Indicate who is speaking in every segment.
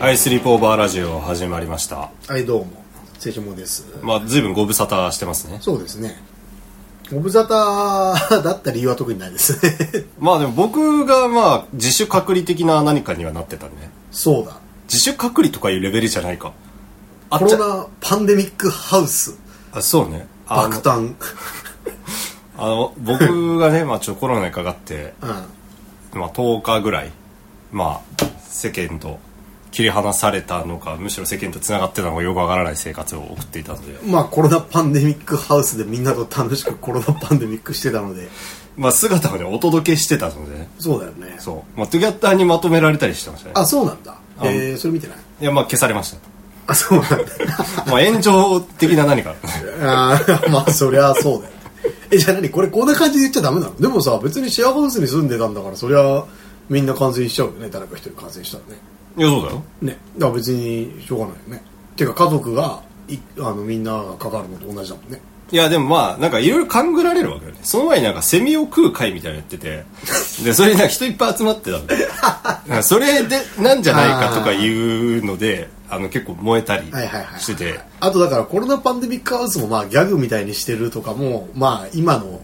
Speaker 1: はい、スリープオーバーラジオ始まりました。
Speaker 2: はいどうもせいもです
Speaker 1: まあ、ずいぶんご無沙汰してますね。
Speaker 2: そうですねご無沙汰だった理由は特にな いですね
Speaker 1: まあでも僕がまあ、自主隔離的な何かにはなってたね。
Speaker 2: そうだ
Speaker 1: 自主隔離とかいうレベルじゃないか。あ
Speaker 2: コ
Speaker 1: っち
Speaker 2: ロ
Speaker 1: ゃ、
Speaker 2: ナパンデミックハウス
Speaker 1: あそうね。あ
Speaker 2: 爆
Speaker 1: の、
Speaker 2: 誕
Speaker 1: あの僕がね、まあ ちょ、コロナにかかって、
Speaker 2: うん
Speaker 1: まあ10日ぐらい、まあ、世間と切り離されたのか、むしろ世間と繋がってたのかよくわからない生活を送っていたので、
Speaker 2: まあコロナパンデミックハウスでみんなと楽しくコロナパンデミックしてたので
Speaker 1: まあ姿をね、お届けしてたのでね。
Speaker 2: そうだよね
Speaker 1: そう。まあ、トゥギャッターにまとめられたりしてましたね。
Speaker 2: あそうなんだえー、それ見てない
Speaker 1: いや、まあ消されました。
Speaker 2: あそ うなんだ
Speaker 1: まあ炎上的な何か。
Speaker 2: あーまあそりゃそうだよえじゃあ何これこんな感じで言っちゃダメなのでもさ別にシェアハウスに住んでたんだからそりゃみんな感染しちゃうよね誰か一人感染したらね
Speaker 1: いや、そうだよ。
Speaker 2: ねだから別にしょうがないよねていうか家族がいあのみんながかかるのと同じだもんね
Speaker 1: いや、でもまあ、なんかいろいろ勘ぐられるわけよね。その前になんかセミを食う会みたいなのやってて、で、それになんか人いっぱい集まってたんで、 なんかそれで、なんじゃないかとかいうので、あの、結構燃えたり
Speaker 2: はいはいはい
Speaker 1: してて、
Speaker 2: あとだからコロナパンデミックハウスもまあギャグみたいにしてるとかもまあ今の、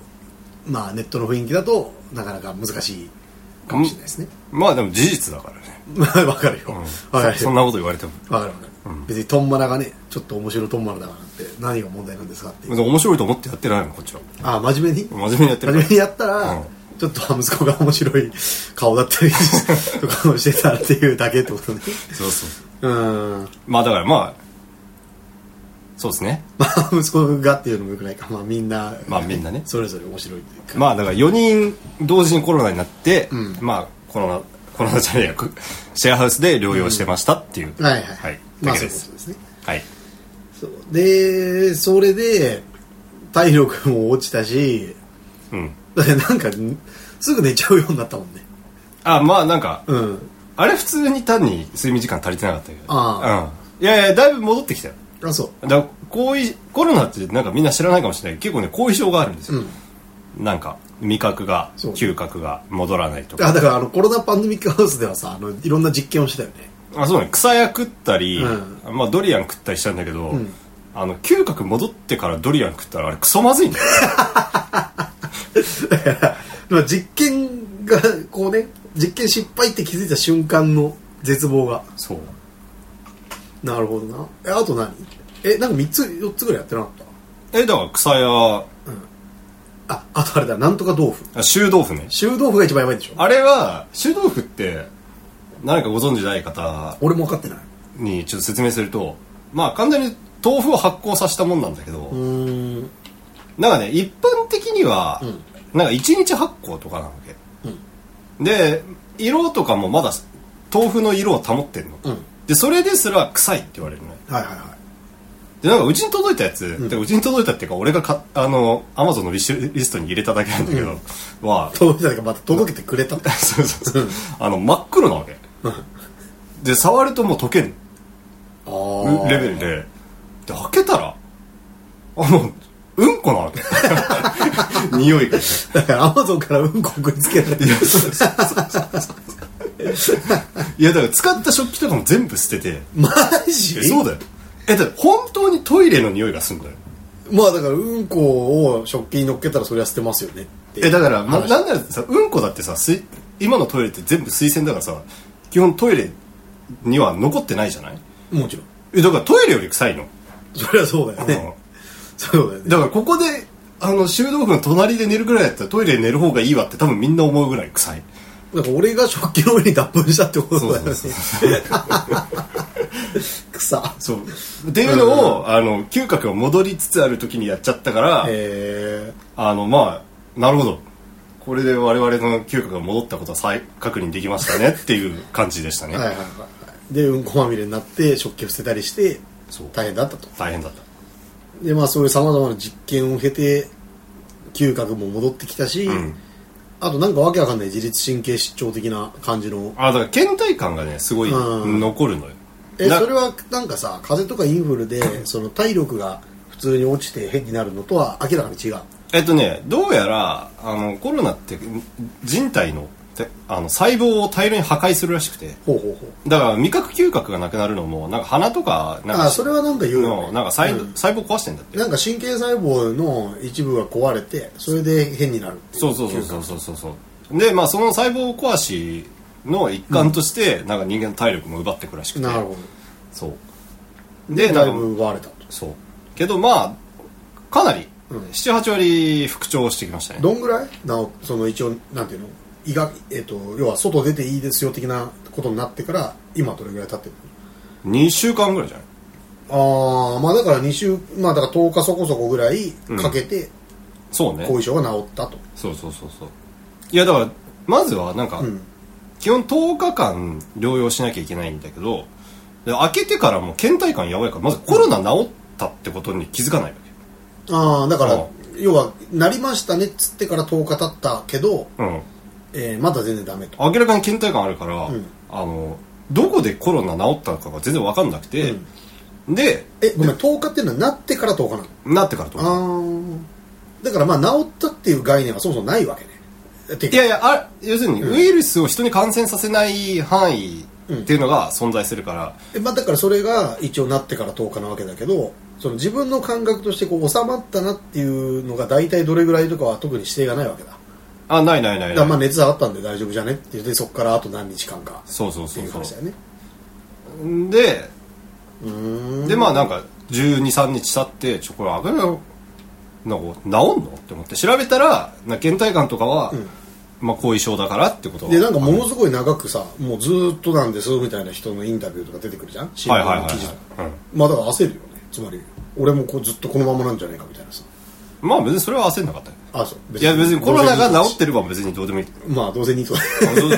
Speaker 2: まあ、ネットの雰囲気だとなかなか難しいかもしれないですね
Speaker 1: まあでも事実だからね。
Speaker 2: まあ わかるよわ、かる
Speaker 1: そそん
Speaker 2: よ
Speaker 1: なこと言われても。
Speaker 2: わかるわかる、別にトンマラがねちょっと面白いトンマラだからって何が問題なんですかっていう
Speaker 1: 面白いと思ってやってないの、こっちは。
Speaker 2: ああ真面目に
Speaker 1: 真面目にやって
Speaker 2: 真
Speaker 1: る
Speaker 2: 面
Speaker 1: か
Speaker 2: 目にやったら、
Speaker 1: うん
Speaker 2: ちょっと息子が面白い顔だったりとかをしてたっていうだけっ てことね
Speaker 1: ら。そうそう。
Speaker 2: うん
Speaker 1: まあだからまあ、そうですね。
Speaker 2: まあ息子がっていうのもよくないかまあみんな
Speaker 1: まあみんなね
Speaker 2: それぞれ面白いっていうか、
Speaker 1: まあだから4人同時にコロナになって、
Speaker 2: ん
Speaker 1: まあコロナ コロナじゃねえやくシェアハウスで療養してましたっていう、
Speaker 2: はいはい、
Speaker 1: はい
Speaker 2: ま
Speaker 1: だ
Speaker 2: あ
Speaker 1: けで
Speaker 2: そういうこと
Speaker 1: す、
Speaker 2: ですね
Speaker 1: はい
Speaker 2: そうでそれで体力も落ちたし
Speaker 1: うん
Speaker 2: だってなんかすぐ寝ちゃうようになったもんね
Speaker 1: あまあなんか、
Speaker 2: うん
Speaker 1: あれ普通に単に睡眠時間足りてなかったけど
Speaker 2: あ
Speaker 1: うん、いやいやだいぶ戻ってきたよ
Speaker 2: あそう
Speaker 1: だから後遺コロナってなんかみんな知らないかもしれないけど結構ね後遺症があるんですよ、なんか味覚が
Speaker 2: そう
Speaker 1: 嗅覚が戻らないとか
Speaker 2: あだからあのコロナパンデミックハウスではさあのいろんな実験をしてたよね
Speaker 1: あそうね草屋食ったり、
Speaker 2: う
Speaker 1: まあ、ドリアン食ったりしたんだけど、あの嗅覚戻ってからドリアン食ったらあれクソまずいん だよ
Speaker 2: まあ実験がこうね実験失敗って気づいた瞬間の絶望が
Speaker 1: そう
Speaker 2: なるほどなえあと何えなんか3つ4つぐらいやってなかっ
Speaker 1: えだから草屋
Speaker 2: たああとあれだなんとか豆腐
Speaker 1: あ臭豆腐ね
Speaker 2: 臭豆腐が一番やばいんでしょ
Speaker 1: あれは臭豆腐って何かご存知ない方
Speaker 2: 俺も分かってない
Speaker 1: にちょっと説明するとまあ完全に豆腐を発酵させたもんなんだけど、
Speaker 2: うーん
Speaker 1: なんかね一般的には、なんか1日発酵とかなわけ、で色とかもまだ豆腐の色を保ってんの、
Speaker 2: うん
Speaker 1: でそれですら臭いって言われるのね
Speaker 2: はいはいは
Speaker 1: でなんかうちに届いたやつ、ううちに届いたっていうか俺がかあのアマゾンのリシュリストに入れただけなんだけど、は
Speaker 2: い届いたかまた届けてくれたって
Speaker 1: そうそうそうあの真っ黒なわけで触るともう溶ける
Speaker 2: あー
Speaker 1: レベルでで開けたらあのうんこなわけ 匂いがね
Speaker 2: だからアマゾンからうんこ送りつけられてる
Speaker 1: いやだから使った食器とかも全部捨てて
Speaker 2: マジ
Speaker 1: えそうだよえだって本当にトイレの匂いがするんだよ
Speaker 2: まあだからうんこを食器に乗っけたらそれは捨てますよねって
Speaker 1: えだから、ま、なんならさうんこだってさ水今のトイレって全部水洗だからさ基本トイレには残ってないじゃない
Speaker 2: もちろん
Speaker 1: えだからトイレより臭いの、
Speaker 2: それはそうだよねそうだよね
Speaker 1: だからここであの修道府の隣で寝るぐらいだったらトイレで寝る方がいいわって多分みんな思うぐらい臭い
Speaker 2: なんか俺が食器の上に脱粉したってことだよ ね。
Speaker 1: そう
Speaker 2: 草。
Speaker 1: そうっていうのを、あの嗅覚が戻りつつある時にやっちゃったから、
Speaker 2: え
Speaker 1: あのまあなるほどこれで我々の嗅覚が戻ったことは再確認できましたねっていう感じでしたね、
Speaker 2: ー、はいはいはいはい。で、うんこまみれになって、食器を捨てたりして
Speaker 1: そう、
Speaker 2: 大変だったと。
Speaker 1: 大変だった
Speaker 2: で、まあそういう様々な実験を経て、嗅覚も戻ってきたし、
Speaker 1: ん
Speaker 2: あとなんかわけわかんない自律神経失調的な感じの。
Speaker 1: あだから倦怠感がねすごい
Speaker 2: うん
Speaker 1: 残るのよ
Speaker 2: え、
Speaker 1: な
Speaker 2: それはなんかさ、風邪とかインフルで、その体力が普通に落ちて変になるのとは明らかに違う。
Speaker 1: えっとねどうやらあのコロナって人体のてあの細胞を大量に破壊するらしくて
Speaker 2: ほうほうほう
Speaker 1: だから味覚嗅覚がなくなるのもなんか鼻とかなんか
Speaker 2: あそれはなんか言うよ、
Speaker 1: の
Speaker 2: ね、
Speaker 1: なんか細,、
Speaker 2: う
Speaker 1: 細胞壊してんだって
Speaker 2: なんか神経細胞の一部が壊れてそれで変になるってい
Speaker 1: そうそうそうそうそうそうそうでまあその細胞壊しの一環として、なんか人間の体力も奪ってくらしくて
Speaker 2: なるほ
Speaker 1: そうで
Speaker 2: ど
Speaker 1: な
Speaker 2: だい
Speaker 1: んか
Speaker 2: ぶ奪われたと
Speaker 1: そうけどまあかなり
Speaker 2: うん
Speaker 1: 78割復調してきましたね
Speaker 2: どんぐらいなおその一応なんていうの医学、えっと要は外出ていいですよ的なことになってから今どれぐらい経ってる
Speaker 1: 2週間ぐらいじゃない
Speaker 2: のああまあだから2週まあだから10日そこそこぐらいかけて
Speaker 1: そうね
Speaker 2: 後遺症が治ったと、
Speaker 1: そうそうそうそういやだからまずはなんか、
Speaker 2: うん
Speaker 1: 基本10日間療養しなきゃいけないんだけどで開けてからもう倦怠感やばいからまずコロナ治ったってことに気づかないわ
Speaker 2: ああだから、
Speaker 1: ああ
Speaker 2: 要はなりましたねっつってから10日経ったけど、
Speaker 1: けうん
Speaker 2: えーまだ全然ダメと
Speaker 1: 明らかに倦怠感あるから、
Speaker 2: ん
Speaker 1: あのどこでコロナ治ったのかが全然分かんなくて、で
Speaker 2: えごめん10日っていうのはなってから10日なの
Speaker 1: なってからと思う
Speaker 2: ああだからまあ治ったっていう概念はそもそもないわけねてか
Speaker 1: いやいやあ要するにウイルスを人に感染させない範囲っていうのが存在するから、
Speaker 2: えまあ、だからそれが一応なってから10日なわけだけどその自分の感覚としてこう収まったなっていうのが大体どれぐらいとかは特に指定がないわけだだ
Speaker 1: あないないない
Speaker 2: か
Speaker 1: な
Speaker 2: ら
Speaker 1: い、
Speaker 2: まあ熱上がったんで大丈夫じゃねって言ってそこからあと何日間かっ
Speaker 1: そうそう
Speaker 2: て
Speaker 1: そ
Speaker 2: いうう
Speaker 1: そう
Speaker 2: 話だよね
Speaker 1: で
Speaker 2: うーん
Speaker 1: でまあなんか123日経ってちょこれあかんよなんか治んのって思って調べたらなんか倦怠感とかは、まあ、後遺症だからってこと
Speaker 2: でなんかものすごい長くさもうずーっとなんですみたいな人のインタビューとか出てくるじゃん新
Speaker 1: はいはいは
Speaker 2: 聞の
Speaker 1: い
Speaker 2: 記事とか、
Speaker 1: はい、うん
Speaker 2: まあだから焦るよねつまり俺もこうずっとこのままなんじゃないかみたいなさ
Speaker 1: まあ別にそれは焦んなかったよ
Speaker 2: あそう
Speaker 1: いや別にコロナが治ってれば別にどうでもいい
Speaker 2: まあどうせニートだ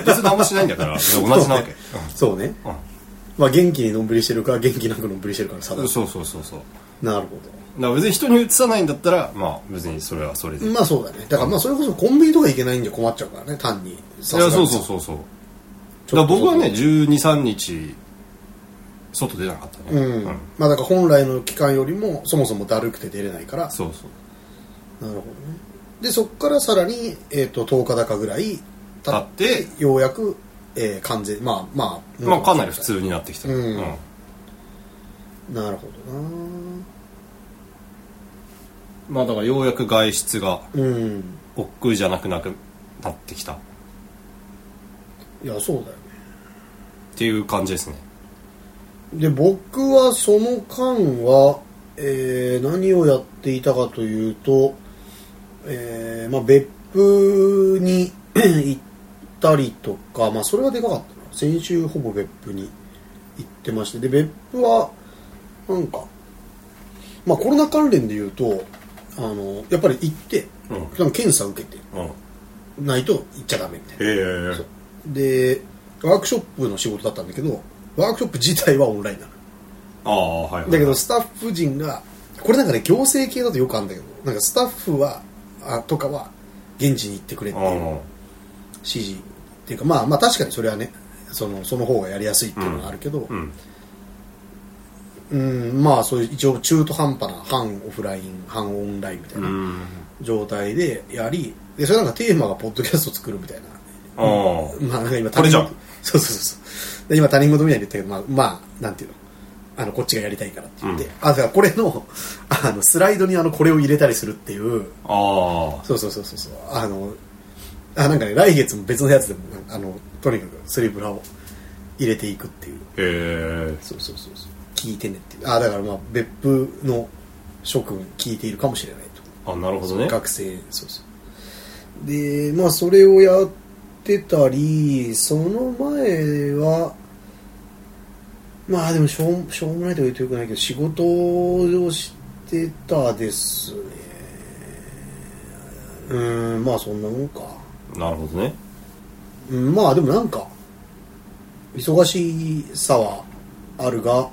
Speaker 1: 別に何もしないんだから別に同じなわけ、
Speaker 2: そうね、
Speaker 1: うん
Speaker 2: まあ元気にのんびりしてるか元気なくのんびりしてるかの差だ
Speaker 1: うん、そうそうそうそうだ
Speaker 2: なるほ
Speaker 1: から別に人にうつさないんだったらまあ別にそれはそれで、
Speaker 2: ど
Speaker 1: いや
Speaker 2: まあそうだねだからまあそれこそコンビニとか行けないんじゃ困っちゃうからね単にい
Speaker 1: そうそうそうそうだから僕はね1 2 3日外出なかったね
Speaker 2: うん、まあだから本来の期間よりもそもそもだるくて出れないからなる
Speaker 1: そうそう
Speaker 2: ほどねでそこからさらに、えー、と10日高ぐらい経
Speaker 1: だ
Speaker 2: っ
Speaker 1: って
Speaker 2: てようやく、えー完全まあまあ
Speaker 1: まあかなり普通になってきた、
Speaker 2: うん
Speaker 1: うん
Speaker 2: なるほどな
Speaker 1: まあだからようやく外出が
Speaker 2: うん
Speaker 1: 億劫じゃなくなくなってきたっ
Speaker 2: いやそうだよね
Speaker 1: ていう感じですね
Speaker 2: で僕はその間は、えー何をやっていたかというと、えーまあ、別府に 行ったりとか、まあ、それはでかかったな先週ほぼ別府に行ってましてで別府はなんか、まあ、コロナ関連で言うとあのやっぱり行って、
Speaker 1: うん
Speaker 2: 検査受けて
Speaker 1: うんへ
Speaker 2: ないと行っちゃダメみたいな
Speaker 1: え
Speaker 2: でワークショップの仕事だったんだけどワークショップ自体はオンラインなの
Speaker 1: ああはい、はい、
Speaker 2: だけどスタッフ陣がこれなんかね行政系だとよくあるんだけどなんかスタッフはあとかは現地に行ってくれって
Speaker 1: う
Speaker 2: いうん指示っていうかまあまあ確かにそれはねそのその方がやりやすいっていうのがあるけど
Speaker 1: う
Speaker 2: うんんまあそういう一応中途半端な半オフライン半オンラインみたいな
Speaker 1: うん
Speaker 2: 状態でやりでそれなんかテーマがポッドキャスト作るみたいな
Speaker 1: ああ
Speaker 2: まあなんか今
Speaker 1: これじゃん
Speaker 2: 他人事そうそうそうそうで今他人事みたいに言ったけどまあ、まあ、なんていうのあのこっちがやりたいからって言って、
Speaker 1: うん
Speaker 2: あだからこれのあのスライドにあのこれを入れたりするっていう
Speaker 1: ああ
Speaker 2: そうそうそうそうそうあのあなんかね来月も別のやつでもなんかあのとにかくスリブラを入れていくっていう
Speaker 1: へえ
Speaker 2: そうそうそうそう聞いてねっていうあだからまあ別府の諸君聞いているかもしれないと
Speaker 1: あなるほどね
Speaker 2: 学生そうそうでまあそれをやってたりその前はまあでもしょうしょうもないとか言うとよくないけど仕事をしてたですねうーんまあそんなもんか
Speaker 1: なるほどね
Speaker 2: うんまあでもなんか忙しさはあるが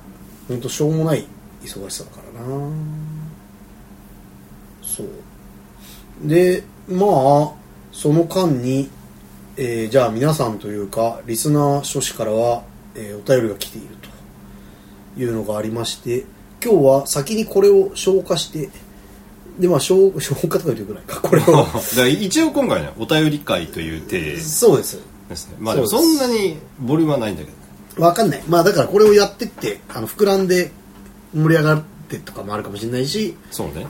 Speaker 2: ほんとしょうもない忙しさだからなそうでまあその間に、えーじゃあ皆さんというかリスナー諸子からは、えーお便りが来ているというのがありまして今日は先にこれを消化してでまあ消消化とか言うとよくないかこれ
Speaker 1: だ
Speaker 2: を
Speaker 1: から一応今回ねお便り会という体
Speaker 2: そうです
Speaker 1: ですねまあでも
Speaker 2: そ
Speaker 1: そう
Speaker 2: で
Speaker 1: ん
Speaker 2: す
Speaker 1: なにボリュームはないんだけど
Speaker 2: わかんないまあだからこれをやってってあの膨らんで盛り上がってとかもあるかもしれないし
Speaker 1: そうね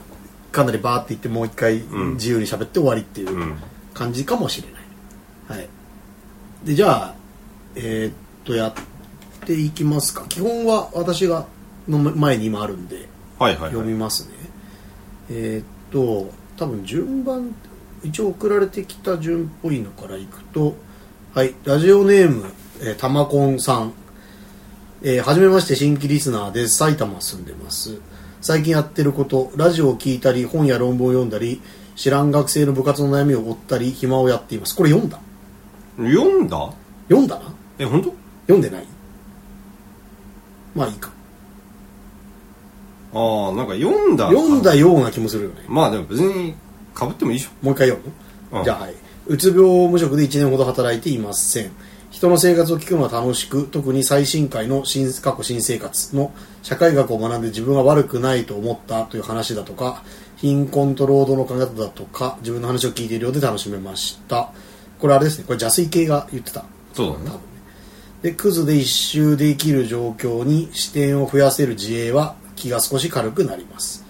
Speaker 2: かなりバーっていってもう一回
Speaker 1: ん
Speaker 2: 自由に喋って終わりっていう
Speaker 1: うん
Speaker 2: 感じかもしれない、はいでじゃあえーっとやっていきますか基本は私がの前に今あるんで
Speaker 1: はいはい、
Speaker 2: 読
Speaker 1: はい
Speaker 2: み、ますね、えーっと多分順番一応送られてきた順っぽいのからいくとはいラジオネーム、えー、たまこんさんえーはじめまして新規リスナーです埼玉住んでます最近やってることラジオを聞いたり本や論文を読んだり知らん学生の部活の悩みを追ったり暇をやっていますこれ読んだ
Speaker 1: 読んだ
Speaker 2: 読んだな
Speaker 1: え本当
Speaker 2: 読んでないまあいいか
Speaker 1: ああなんか読んだ
Speaker 2: 読んだような気もするよね
Speaker 1: まあでも別にかぶってもいいでしょ
Speaker 2: もう一回読む、
Speaker 1: うん
Speaker 2: じゃあはいうつ病無職で1年ほど働いていません人の生活を聞くのは楽しく特に最新回の新過去新生活の社会学を学んで自分は悪くないと思ったという話だとか貧困と労働の考え方だとか自分の話を聞いているようで楽しめましたこれあれですねこれ邪水系が言ってた
Speaker 1: そうだね
Speaker 2: でクズで一周で生きる状況に視点を増やせる自衛は気が少し軽くなります、えー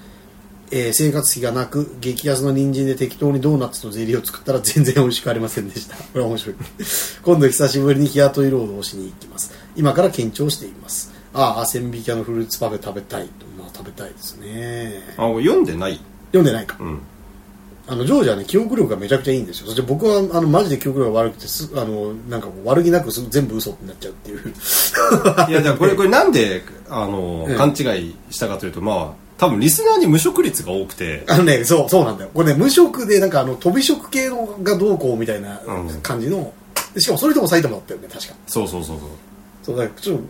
Speaker 2: 生活費がなく激安の人参で適当にドーナツとゼリーを作ったら全然美味しくありませんでしたこれは面白い 今度久しぶりに日雇い労働をしに行きます今から緊張していますああ千引き屋のフルーツパフェ食べたいまあ食べたいですね
Speaker 1: あ俺読んでない
Speaker 2: 読んでないか
Speaker 1: うん
Speaker 2: あのジョージはね記憶力がめちゃくちゃいいんですよそして僕はあのマジで記憶力が悪くてすあのなんかもう悪気なくす全部嘘になっちゃうっていう
Speaker 1: いやだからこれこれなんであの、
Speaker 2: ええ
Speaker 1: 勘違いしたかというとまあ多分リスナーに無職率が多くて
Speaker 2: あのね、そう、そうなんだよ。これね、無職で、なんかあの、飛び職系のがどうこうみたいな
Speaker 1: うん
Speaker 2: 感じの、でしかもそれとも埼玉だったよね、確か。
Speaker 1: そうそうそうそう
Speaker 2: そう、だからちょっと、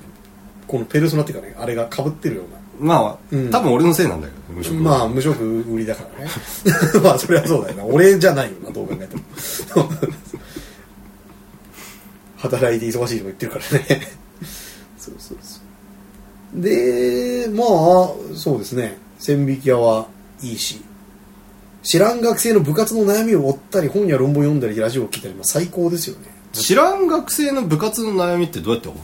Speaker 2: このペルソナっていうかね、あれが被ってるような。
Speaker 1: まあ、
Speaker 2: うん
Speaker 1: 多分俺のせいなんだけど無職
Speaker 2: まあ、無職売りだから ね。まあ、それはそうだよな。俺じゃないよな、どう考えても。働いて忙しいとか言ってるからね。そうそうそう。で、まあ、そうですね。線引き屋はいいし。知らん学生の部活の悩みを追ったり、本や論文読んだり、ラジオを聞いたり、まあ、最高ですよね。
Speaker 1: 知らん学生の部活の悩みってどうやって思う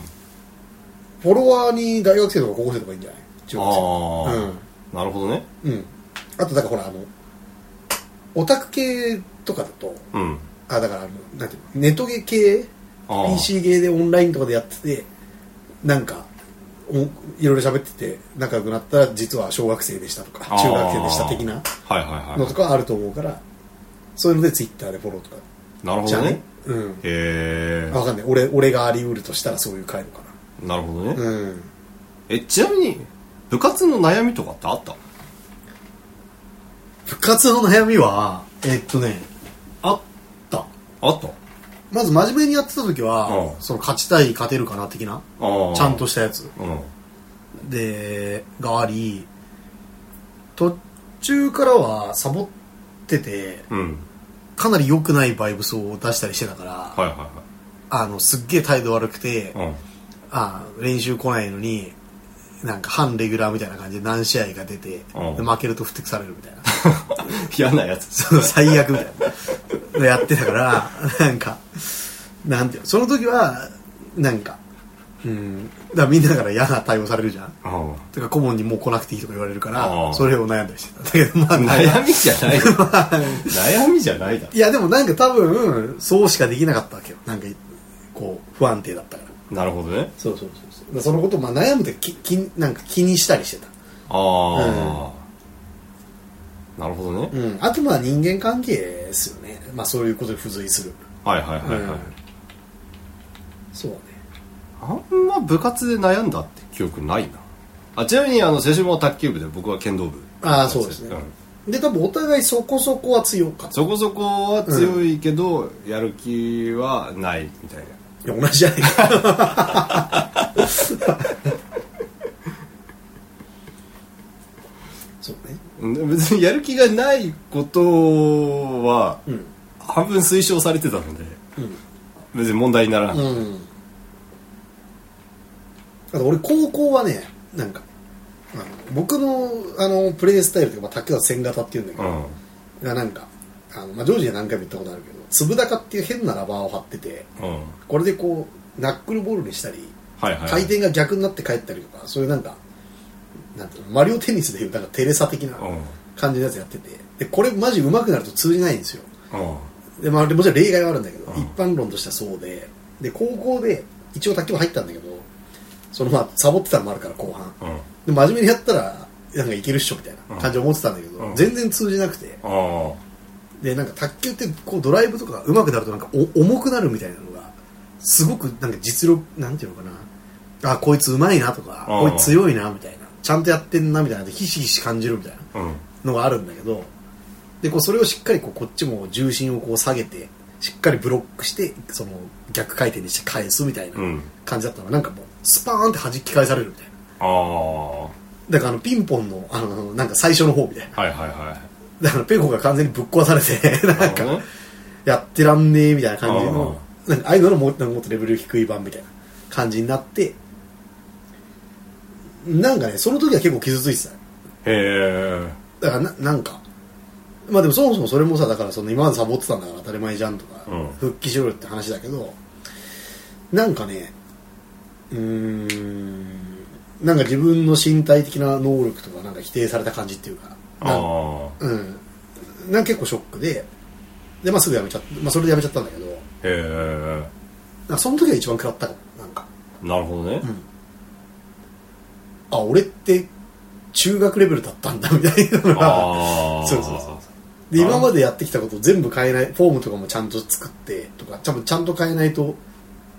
Speaker 2: フォロワーに大学生とか高校生とかいいんじゃない中学
Speaker 1: ああ、
Speaker 2: 生。うん。
Speaker 1: なるほどね
Speaker 2: うん。あと、だからほら、あの、オタク系とかだと、
Speaker 1: うん
Speaker 2: あ、だからあの、なんていうの、ネットゲー系、
Speaker 1: あー
Speaker 2: PC ゲーでオンラインとかでやってて、なんか、おいろいろ喋ってて、仲良くなったら、実は小学生でしたとか、
Speaker 1: あー
Speaker 2: 中学生でした的な
Speaker 1: はいはい
Speaker 2: の
Speaker 1: は
Speaker 2: とかあると思うから、そういうので、ツイッターでフォローとか。
Speaker 1: いなるほ
Speaker 2: じゃ
Speaker 1: ど
Speaker 2: あ
Speaker 1: ね
Speaker 2: ね。うん。
Speaker 1: へ
Speaker 2: あわかんない。俺、俺があり得るとしたらそういう回路か
Speaker 1: えなるほどね、
Speaker 2: な。うん。
Speaker 1: えちなみに部活の悩みとかってあった
Speaker 2: 部活の悩みは、えっとね、あった。
Speaker 1: あった
Speaker 2: まず真面目にやってた時は
Speaker 1: う、ん
Speaker 2: その勝ちたい、勝てるかな的な、
Speaker 1: ああ
Speaker 2: ちゃんとしたや
Speaker 1: う
Speaker 2: つ。
Speaker 1: ん
Speaker 2: でがあり途中からはサボってて
Speaker 1: うん
Speaker 2: かなり良くないバイブスを出したりしてたから、
Speaker 1: はいは
Speaker 2: あのすっげえ態度悪くて、
Speaker 1: いはいうん
Speaker 2: あ練習来ないのになんか反レギュラーみたいな感じで何試合か出て、
Speaker 1: うん
Speaker 2: で負けるとふてくされるみたいな
Speaker 1: 嫌なやつ
Speaker 2: その最悪みたいなのやってたからなんかなんていうのその時はなんかうんだからみんなから嫌な対応されるじゃん
Speaker 1: うん
Speaker 2: てか顧問にもう来なくていいとか言われるか
Speaker 1: あ
Speaker 2: ら
Speaker 1: あ
Speaker 2: それを悩んだりしてたんだけどまあ
Speaker 1: 悩みじゃ ない悩みじゃないだ
Speaker 2: いやでもなんか多分そうしかできなかったわけよなんかこう不安定だったから
Speaker 1: ろなるほどね
Speaker 2: そうそうそうそうそのことをまあ悩むとききなんか気にしたりしてた
Speaker 1: ああなるほどね
Speaker 2: うんあとまあ人間関係ですよねまあそういうことに付随する
Speaker 1: はいはいはいはい
Speaker 2: そうね
Speaker 1: あんま部活で悩んだって記憶ないなあちなみにあの青春も卓球部で僕は剣道部
Speaker 2: ああそうですね
Speaker 1: ん
Speaker 2: で多分お互いそこそこは強かった
Speaker 1: そこそこは強いけど、やる気はないみたいない
Speaker 2: や同じじゃないか そうね
Speaker 1: うん別にやる気がないことは
Speaker 2: うん
Speaker 1: 半分推奨されてたので別に問題にならな
Speaker 2: う
Speaker 1: い、
Speaker 2: ん、うん、あと俺高校はねなんかあの僕のあのプレースタイルというか、まあ、卓球は線型っていうんだけ
Speaker 1: う
Speaker 2: ど、
Speaker 1: ん
Speaker 2: がなんかあの、まあ、ジョージには何回も言ったことあるけど粒高っていう変なラバーを貼ってて
Speaker 1: うん。
Speaker 2: これでこうナックルボールにしたり
Speaker 1: はいはい。
Speaker 2: 回転が逆になって帰ったりとかそういうなんかなんていうのマリオテニスでいうなんかテレサ的な
Speaker 1: う
Speaker 2: 感じのやつやっててでこれマジ上手くなると通じないんですよ
Speaker 1: ん。うん。
Speaker 2: で、まあ、もちろん例外はあるんだけど、
Speaker 1: うん
Speaker 2: 一般論としてはそうでで高校で一応卓球部入ったんだけどそのまあサボってたのもあるから後半
Speaker 1: うん。
Speaker 2: で真面目にやったらなんかいけるっしょみたいな感じで思ってたんだけど、
Speaker 1: うん
Speaker 2: 全然通じなくて
Speaker 1: ああ。
Speaker 2: でなんか卓球ってこうドライブとか上手くなるとなんかお重くなるみたいなのがすごくなんか実力なんていうのかなあこいつ上手いなとか
Speaker 1: うん
Speaker 2: こいつ強いなみたいなちゃんとやってんなみたいなひしひし感じるみたいな
Speaker 1: うん。
Speaker 2: のがあるんだけどでこうそれをしっかりこうこっちも重心をこう下げてしっかりブロックしてその逆回転にして返すみたいな
Speaker 1: うん
Speaker 2: 感じだったのが、なんかもうスパーンって弾き返されるみたいな
Speaker 1: ああ。は
Speaker 2: だからあのピンポンのあのなんか最初の方みたいな
Speaker 1: は
Speaker 2: い
Speaker 1: いは
Speaker 2: だからペコが完全にぶっ壊されて
Speaker 1: い。
Speaker 2: なんか
Speaker 1: ね。
Speaker 2: やってらんねえみたいな感じのなんかああいうののもなんかもっとレベル低い版みたいな感じになってなんかねその時は結構傷ついてた
Speaker 1: へ
Speaker 2: だからななんかまあでもそもそもそれもさだからその今までサボってたんだから当たり前じゃんとか、
Speaker 1: うん
Speaker 2: 復帰しろよって話だけどなんかねうーんなんか自分の身体的な能力とかなんか否定された感じっていうか
Speaker 1: え。あ
Speaker 2: な
Speaker 1: あ。
Speaker 2: んうんなんか結構ショックでで、まあ、すぐやめちゃった、まあ、それでやめちゃったんだけどなん
Speaker 1: へえ。
Speaker 2: かその時が一番食らったかもなんか
Speaker 1: なるほどね。
Speaker 2: あ俺って中学レベルだったんだみたいなのが
Speaker 1: ああ。
Speaker 2: そうそうそうで今までやってきたことを全部変えないフォームとかもちゃんと作ってとかちゃんちゃんと変えないと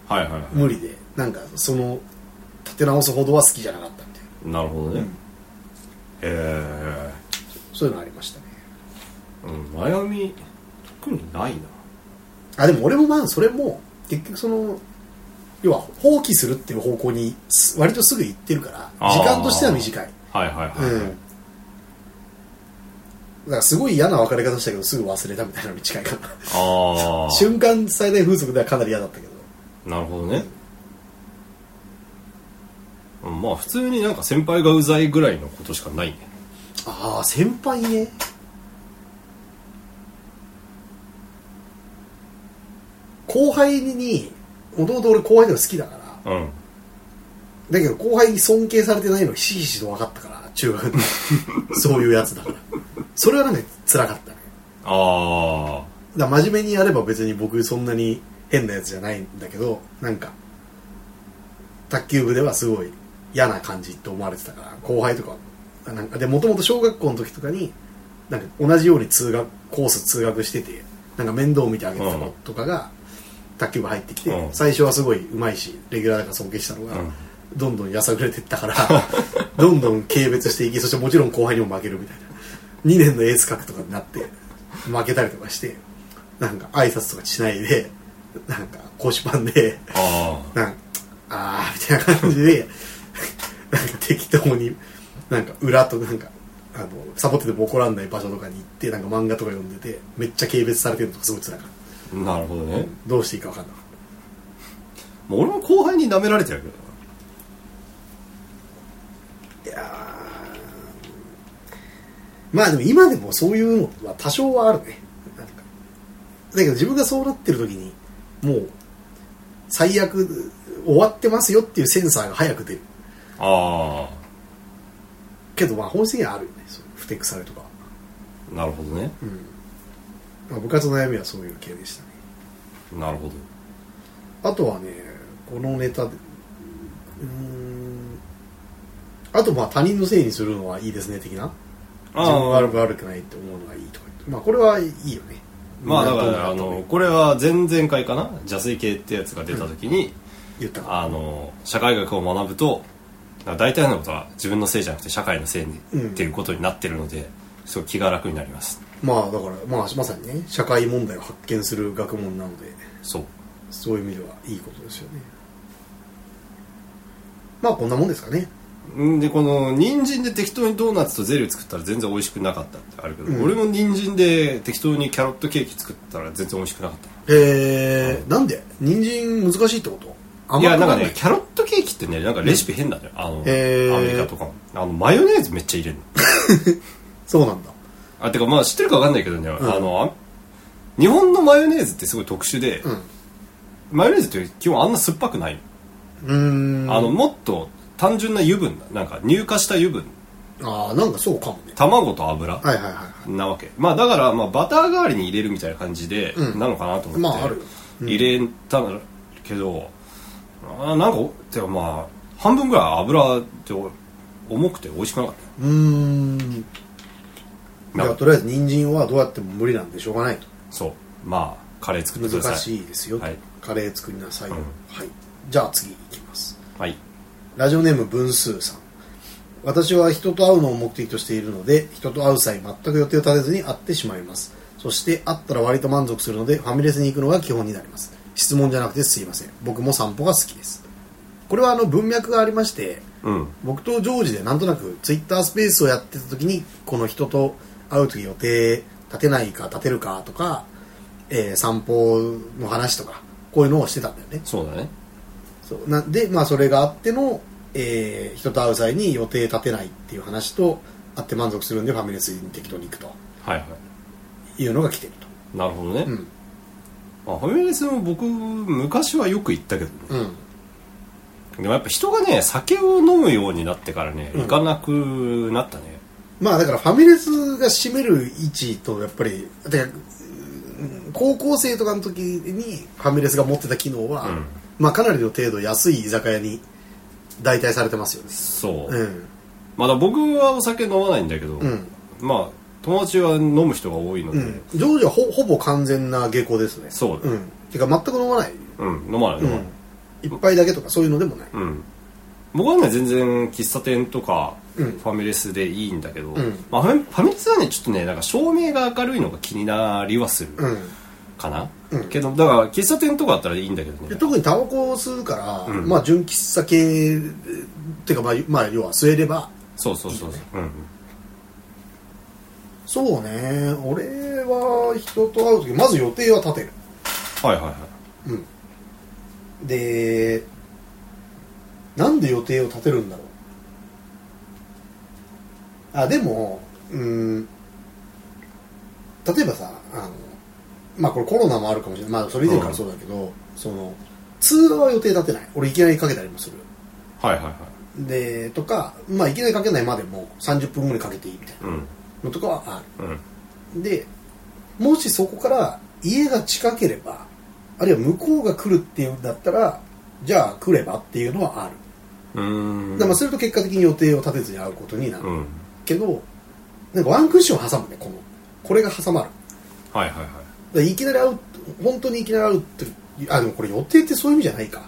Speaker 1: はいはいは。
Speaker 2: 無理でなんかその立て直すほどは好きじゃなかったみたいな
Speaker 1: な
Speaker 2: い
Speaker 1: るほどね。
Speaker 2: うん
Speaker 1: へ
Speaker 2: そういうのありましたね
Speaker 1: え。うん。悩み、特にないな。
Speaker 2: あでも俺もまあそれも結局その要は放棄するっていう方向にす割とすぐ行ってるから
Speaker 1: あー
Speaker 2: 時間としては短い
Speaker 1: はいはいはい。
Speaker 2: うんだからすごい嫌な別れ方したけどすぐ忘れたみたいなのに近いかな
Speaker 1: ああ。
Speaker 2: 瞬間最大風速ではかなり嫌だったけど
Speaker 1: なるほどね。うんまあ普通になんか先輩がうざいぐらいのことしかないね。
Speaker 2: ああ先輩ね後輩にもともと俺後輩でも好きだから
Speaker 1: うん。
Speaker 2: だけど後輩に尊敬されてないのがひしひしと分かったから中 学のそういうやつだからそれはなんか辛かったね
Speaker 1: ああ。
Speaker 2: だから真面目にやれば別に僕そんなに変なやつじゃないんだけどなんか卓球部ではすごい嫌な感じって思われてたから後輩とかはなんかでもともと小学校の時とかになんか同じように通学コース通学しててなんか面倒を見てあげてた
Speaker 1: うん
Speaker 2: 子とかが、卓球部入ってきて、
Speaker 1: うん
Speaker 2: 最初はすごい上手いしレギュラーだから尊敬したのが、
Speaker 1: うん
Speaker 2: どんどんやさぐれてったから どんどん軽蔑していきそしてもちろん後輩にも負けるみたいな2年のエース格とかになって負けたりとかしてなんか挨拶とかしないでなんか腰パンで
Speaker 1: あ
Speaker 2: なんかあーみたいな感じでなんか適当になんか裏となんかあのサボってても怒らんない場所とかに行ってなんか漫画とか読んでてめっちゃ軽蔑されてるのとかすごい辛かっ
Speaker 1: あ。なるほどね。
Speaker 2: たどうしていいか分かんなかっ
Speaker 1: もう俺も後輩に舐められてるけどな。
Speaker 2: たいやーまあでも今でもそういうのは多少はあるねなんかだけど自分がそうなってる時にもう最悪終わってますよっていうセンサーが早く出る
Speaker 1: あ
Speaker 2: けどまあ本質的にはあるよねそういうふてくされとかは
Speaker 1: あなるほどね
Speaker 2: まあ、部活の悩みはそういう系でしたね
Speaker 1: なるほど
Speaker 2: あとはねこのネタでうーんあとまあ他人のせいにするのはいいですね的な自分は悪く悪くないって思うのがいいとか言ってまあこれはいいよね
Speaker 1: まあだか
Speaker 2: みんな
Speaker 1: らあ
Speaker 2: どう
Speaker 1: の
Speaker 2: と
Speaker 1: これは前々回かな邪水系ってやつが出た時に、
Speaker 2: 言ったから
Speaker 1: あの社会学を学ぶと大体のことは自分のせいじゃなくて社会のせいに、
Speaker 2: うん
Speaker 1: っていうことになってるのですごい気が楽になります
Speaker 2: まあだからまあまさにね社会問題を発見する学問なので
Speaker 1: そう
Speaker 2: そういう意味ではいいことですよねまあこんなもんですかね
Speaker 1: んでこの人参で適当にドーナツとゼリー作ったら全然美味しくなかったってあるけど、
Speaker 2: うん
Speaker 1: 俺も人参で適当にキャロットケーキ作ったら全然美味しくなかった
Speaker 2: えー、なんで人参難しいってこと甘
Speaker 1: い
Speaker 2: く
Speaker 1: やなんか
Speaker 2: い
Speaker 1: ねキャロットケーキってねなんかレシピ変なんだよ、あの、
Speaker 2: へー
Speaker 1: アメリカとかもあのマヨネーズめっちゃ入れるの
Speaker 2: そうなんだ
Speaker 1: あてかまあ知ってるか分かんないけどね、あのあ日本のマヨネーズってすごい特殊で、
Speaker 2: ん
Speaker 1: マヨネーズって基本あんな酸っぱくない、
Speaker 2: うーん
Speaker 1: あのもっと単純な油分だなんか乳化した油分
Speaker 2: あーなんかそうかもね
Speaker 1: 卵と油
Speaker 2: はいはいはいは
Speaker 1: なわけ、まあだからまあバター代わりに入れるみたいな感じで
Speaker 2: うん
Speaker 1: なのかなと思って、
Speaker 2: まああるよ
Speaker 1: 入れたんだけどあーなんかてかまあ半分ぐらい油って重くて美味しくなかっ
Speaker 2: いうーんじ
Speaker 1: たな
Speaker 2: ゃあとりあえず人参はどうやっても無理なんでしょうがないと
Speaker 1: そうまあカレー作ってください
Speaker 2: 難しいですよと、
Speaker 1: はい
Speaker 2: カレー作りなさいよ、
Speaker 1: うん
Speaker 2: はいじゃあ次いきます
Speaker 1: はい
Speaker 2: ラジオネーム分数さん私は人と会うのを目的としているので人と会う際全く予定を立てずに会ってしまいますそして会ったら割と満足するのでファミレスに行くのが基本になります質問じゃなくてすいません僕も散歩が好きですこれはあの文脈がありまして
Speaker 1: うん
Speaker 2: 僕とジョージでなんとなくツイッタースペースをやってた時にこの人と会う時予定立てないか立てるかとか、えー散歩の話とかこういうのをしてたんだよね
Speaker 1: そうだね
Speaker 2: そうなんで、まあ、それがあっての、えー人と会う際に予定立てないっていう話と会って満足するんでファミレスに適当に行くと
Speaker 1: はいは
Speaker 2: いうのが来てる
Speaker 1: いなるほどね、
Speaker 2: とうん
Speaker 1: まあ、ファミレスも僕昔はよく行ったけどね、
Speaker 2: うん
Speaker 1: でもやっぱ人がね酒を飲むようになってからね
Speaker 2: うん
Speaker 1: 行かなくなったね、
Speaker 2: まあだからファミレスが占める位置とやっぱりてかうん高校生とかの時にファミレスが持ってた機能は、
Speaker 1: うん
Speaker 2: まあかなりの程度安い居酒屋に代替されてますよね
Speaker 1: そう、
Speaker 2: うん
Speaker 1: まあだから僕はお酒飲まないんだけど、
Speaker 2: うん
Speaker 1: まあ友達は飲む人が多いの
Speaker 2: う
Speaker 1: で、
Speaker 2: んジョージはほほぼ完全な下校ですね
Speaker 1: そうだ
Speaker 2: んてか全く飲まない
Speaker 1: うん、飲まない飲まない、
Speaker 2: 一杯だけとかそういうのでもない
Speaker 1: うん僕はね全然喫茶店とか
Speaker 2: うん
Speaker 1: ファミレスでいいんだけど、
Speaker 2: ん
Speaker 1: まあ、ファミファミレスはねちょっとねなんか照明が明るいのが気になりはする
Speaker 2: うん
Speaker 1: かな、
Speaker 2: うん
Speaker 1: けどだから喫茶店とかだったらいいんだけど
Speaker 2: で
Speaker 1: ね
Speaker 2: 特にタバコを吸うから、
Speaker 1: うん
Speaker 2: まあ純喫茶系えーてかまあ、まあ、要は吸えれば
Speaker 1: そうそうそうそう、うん、
Speaker 2: そうね俺は人と会う時まず予定は立てる
Speaker 1: はいはいはい
Speaker 2: でなんで予定を立てるんだろうあでもうん例えばさあのまあこれコロナもあるかもしれないまあそれ以前からそうだけど、その通話は予定立てない俺いきなりかけたりもする
Speaker 1: はいはいはい
Speaker 2: でとか、まあ、いきなりかけないまでも30分ぐらいかけていいみたい
Speaker 1: うん
Speaker 2: なのとかはあ
Speaker 1: うん
Speaker 2: るでもしそこから家が近ければあるいは向こうが来るっていうんだったらじゃあ来ればっていうのはある、
Speaker 1: うーん
Speaker 2: だからまあすると結果的に予定を立てずに会うことになる
Speaker 1: うん
Speaker 2: けど、なんかワンクッション挟むねこのこれが挟まる
Speaker 1: はいはいはい
Speaker 2: だからいきなり会う本当にいきなり会うってあでもこれ予定ってそういう意味じゃないか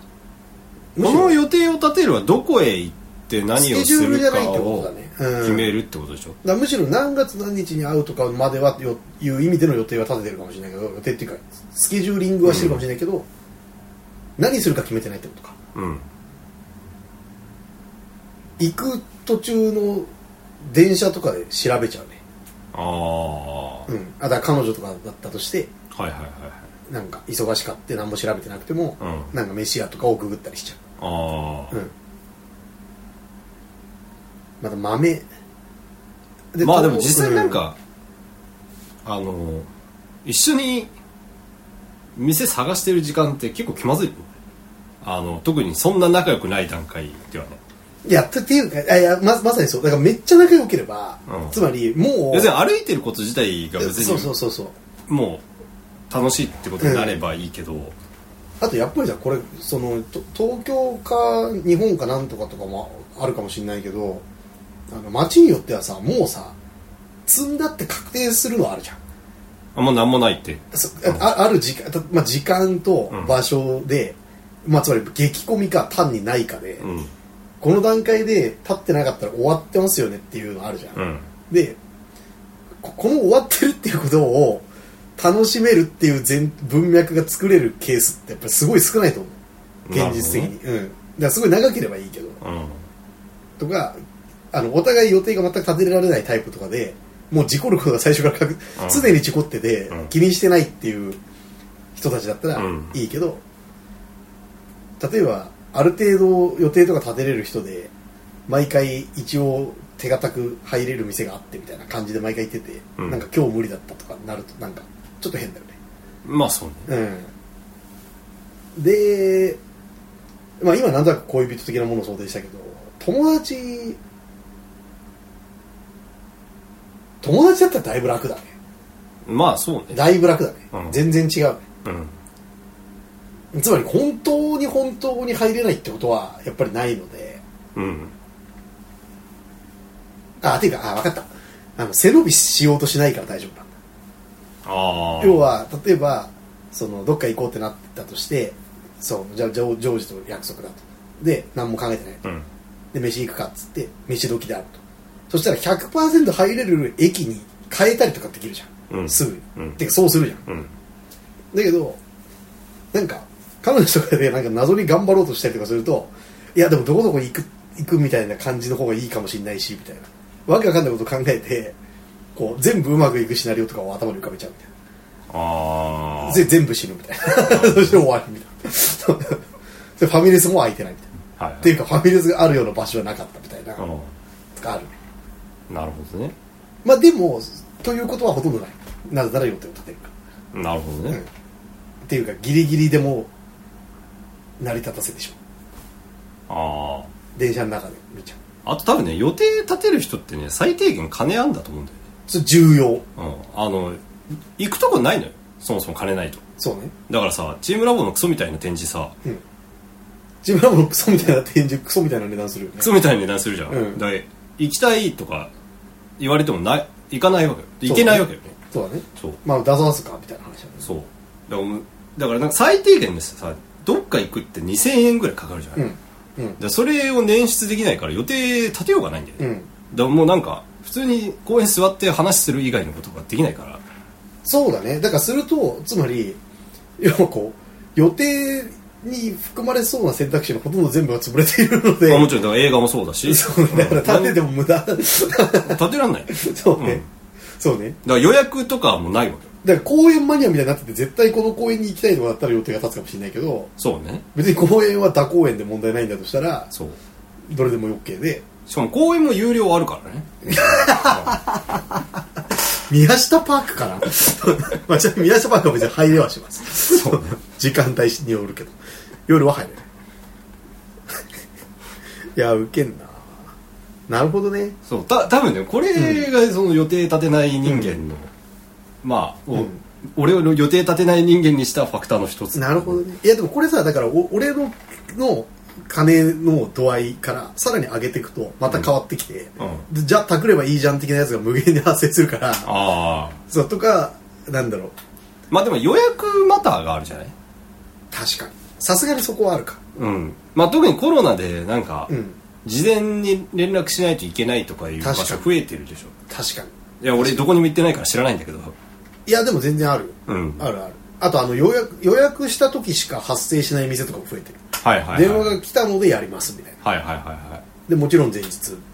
Speaker 1: この予定を立てるはどこへ行って何をす
Speaker 2: スケジュール
Speaker 1: る
Speaker 2: じゃない
Speaker 1: か
Speaker 2: ってこと
Speaker 1: を
Speaker 2: だねうん
Speaker 1: 決めるってことでしょ
Speaker 2: だからむしろ何月何日に会うとかまではよいう意味での予定は立ててるかもしれないけど予定っていうかスケジューリングはしてるかもしれないけど、何するか決めてないってことか
Speaker 1: うん
Speaker 2: 行く途中の電車とかで調べちゃうね、
Speaker 1: ああ、は
Speaker 2: う
Speaker 1: い
Speaker 2: ん、あだから彼女とかだったとして
Speaker 1: はいはいはい
Speaker 2: なんか忙しかって何も調べてなくても、
Speaker 1: うん
Speaker 2: なんか飯屋とかをググったりしちゃ
Speaker 1: ああ、
Speaker 2: う、うん、また豆
Speaker 1: まあでも実際なん、か、あの一緒に店探してる時間って結構気まずいよねあの特にそんな仲良くない段階ではね
Speaker 2: いやってっていうかあいやままさにそうだからめっちゃ仲良ければ、
Speaker 1: うん
Speaker 2: つまりもう
Speaker 1: 別に歩いてること自体が別
Speaker 2: そうそう
Speaker 1: に
Speaker 2: そうそう
Speaker 1: もう楽しいってことになればいいけど、
Speaker 2: あとやっぱりさこれそのと東京か日本かなんとかとかもあるかもしれないけどあの街によってはさもうさ積んだって確定するのあるじゃん
Speaker 1: あんま何もないって
Speaker 2: そあある時間,た、まあ、時間と
Speaker 1: うん
Speaker 2: 場所で、まあ、つまり激混みか単にないかで、
Speaker 1: うん
Speaker 2: この段階で立ってなかったら終わってますよねっていうのあるじゃん、
Speaker 1: うん
Speaker 2: でここの終わってるっていうことを楽しめるっていう前文脈が作れるケースってやっぱりすごい少ないと思う現実的に、うんだからすごい長ければいいけど
Speaker 1: なるほどね
Speaker 2: とかあのお互い予定が全く立てられないタイプとかでもう事故ることが最初から確
Speaker 1: うん
Speaker 2: 常に事故ってて、
Speaker 1: うん
Speaker 2: 気にしてないっていう人たちだったら
Speaker 1: うん
Speaker 2: いいけど、例えばある程度予定とか立てれる人で毎回一応手堅く入れる店があってみたいな感じで毎回行ってて、
Speaker 1: うん
Speaker 2: なんか今日無理だったとかなるとなんかちょっと変だよね
Speaker 1: うまあそうね
Speaker 2: うん、で、まあ、今なんとなく恋人的なものを想定したけど友達友達だったらだいぶ楽だね
Speaker 1: まあそうね
Speaker 2: だいぶ楽だね、
Speaker 1: うん
Speaker 2: 全然違う
Speaker 1: うん
Speaker 2: ねつまり本当に本当に入れないってことはやっぱりないので
Speaker 1: うん
Speaker 2: あていうかあ分かったあの背伸びしようとしないから大丈夫なんだ
Speaker 1: ああ
Speaker 2: 要は例えばそのどっか行こうってなったとしてそうじゃあジョジョージと約束だとで何も考えてない
Speaker 1: うん
Speaker 2: で飯行くかっつって飯時であるとそしたら100%入れる駅に変えたりとかできるじゃん、
Speaker 1: うん
Speaker 2: すぐ
Speaker 1: う
Speaker 2: に、
Speaker 1: ん
Speaker 2: てかそうするじゃん
Speaker 1: うん
Speaker 2: だけどなんか彼女とかでなんか謎に頑張ろうとしたりとかするといやでもどこどこ行く行くみたいな感じの方がいいかもしれないしみたいなわけわかんないこと考えてこう全部うまくいくシナリオとかを頭に浮かべちゃうみたいな
Speaker 1: ああ
Speaker 2: ぜ全部死ぬみたいなそして終わりみたいな そうでファミレスも空いてないみたいな
Speaker 1: はいはい
Speaker 2: っていうかファミレスがあるような場所はなかったみたいな
Speaker 1: あ
Speaker 2: とかある
Speaker 1: あなるほどね
Speaker 2: まあでもということはほとんどないなぜなら予定を立てるか
Speaker 1: なるほどね、
Speaker 2: っていうかギリギリでも成り立たせてしま
Speaker 1: あ
Speaker 2: う電車の中で見ちゃう
Speaker 1: ああと多分ね予定立てる人ってね最低限金あんだと思うんだよね
Speaker 2: それ重要
Speaker 1: うんあの行くとこないのよそもそも金ないと
Speaker 2: そうね
Speaker 1: だからさチームラボのクソみたいな展示さ
Speaker 2: うん自分らもクソみたいな展示クソみたいな値段するよね
Speaker 1: クソみたいな値段するじゃん、
Speaker 2: うん
Speaker 1: だから行きたいとか言われてもない行かないわけよで行けないわけよね
Speaker 2: そうだね
Speaker 1: そう
Speaker 2: まあ出さすかみたいな話だね
Speaker 1: そうだからだからなんか最低限ですさどっか行くって2000円ぐらいかかるじゃない、だか
Speaker 2: うんうん
Speaker 1: らそれを捻出できないから予定立てようがないんだよね、
Speaker 2: うん
Speaker 1: だからもうなんか普通に公園座って話する以外のことができないから
Speaker 2: そうだねだからするとつまり要はこう予定に含まれそうな選択肢のほとんど全部が潰れているので
Speaker 1: まあ、もちろんだから映画もそうだし
Speaker 2: そうだから立てても無駄
Speaker 1: 立てらんないだか
Speaker 2: そうね、
Speaker 1: うん
Speaker 2: そうね
Speaker 1: ら予約とかもないわけよ
Speaker 2: だから公園マニアみたいになってて絶対この公園に行きたいとかだったら予定が立つかもしれないけど
Speaker 1: そうね
Speaker 2: 別に公園は他公園で問題ないんだとしたら
Speaker 1: そう
Speaker 2: どれでも OK で
Speaker 1: しかも公園も有料あるからね
Speaker 2: 宮下パークかな まあちなみに宮下パークは別に入れはしますそう時間帯によるけど夜は入れないいやウケんななるほどね
Speaker 1: そうた多分ねこれがその予定立てない人間の、まあ、お
Speaker 2: ん
Speaker 1: 俺を予定立てない人間にしたファクターの一つ
Speaker 2: なるほどねいやでもこれさだからお俺のの金の度合いからさらに上げていくとまた変わってきて、
Speaker 1: う
Speaker 2: じゃあたくればいいじゃん的なやつが無限に発生するから
Speaker 1: ああ
Speaker 2: そうとかなんだろう
Speaker 1: まあでも予約マターがあるじゃない
Speaker 2: 確かにさすがにそこはあるか
Speaker 1: うんまあ特にコロナでなんか、
Speaker 2: うん
Speaker 1: 事前に連絡しないといけないとかいう場
Speaker 2: 確か
Speaker 1: 所
Speaker 2: に
Speaker 1: 増えてるでしょ
Speaker 2: 確かに
Speaker 1: いや俺どこにも行ってないから知らないんだけど
Speaker 2: いやでも全然あるよ、
Speaker 1: うん
Speaker 2: あるあるあとあの予約予約した時しか発生しない店とかも増えてる、
Speaker 1: はいはいはい
Speaker 2: 電話が来たのでやりますみたいな
Speaker 1: はいはいはいは
Speaker 2: でもちろん前日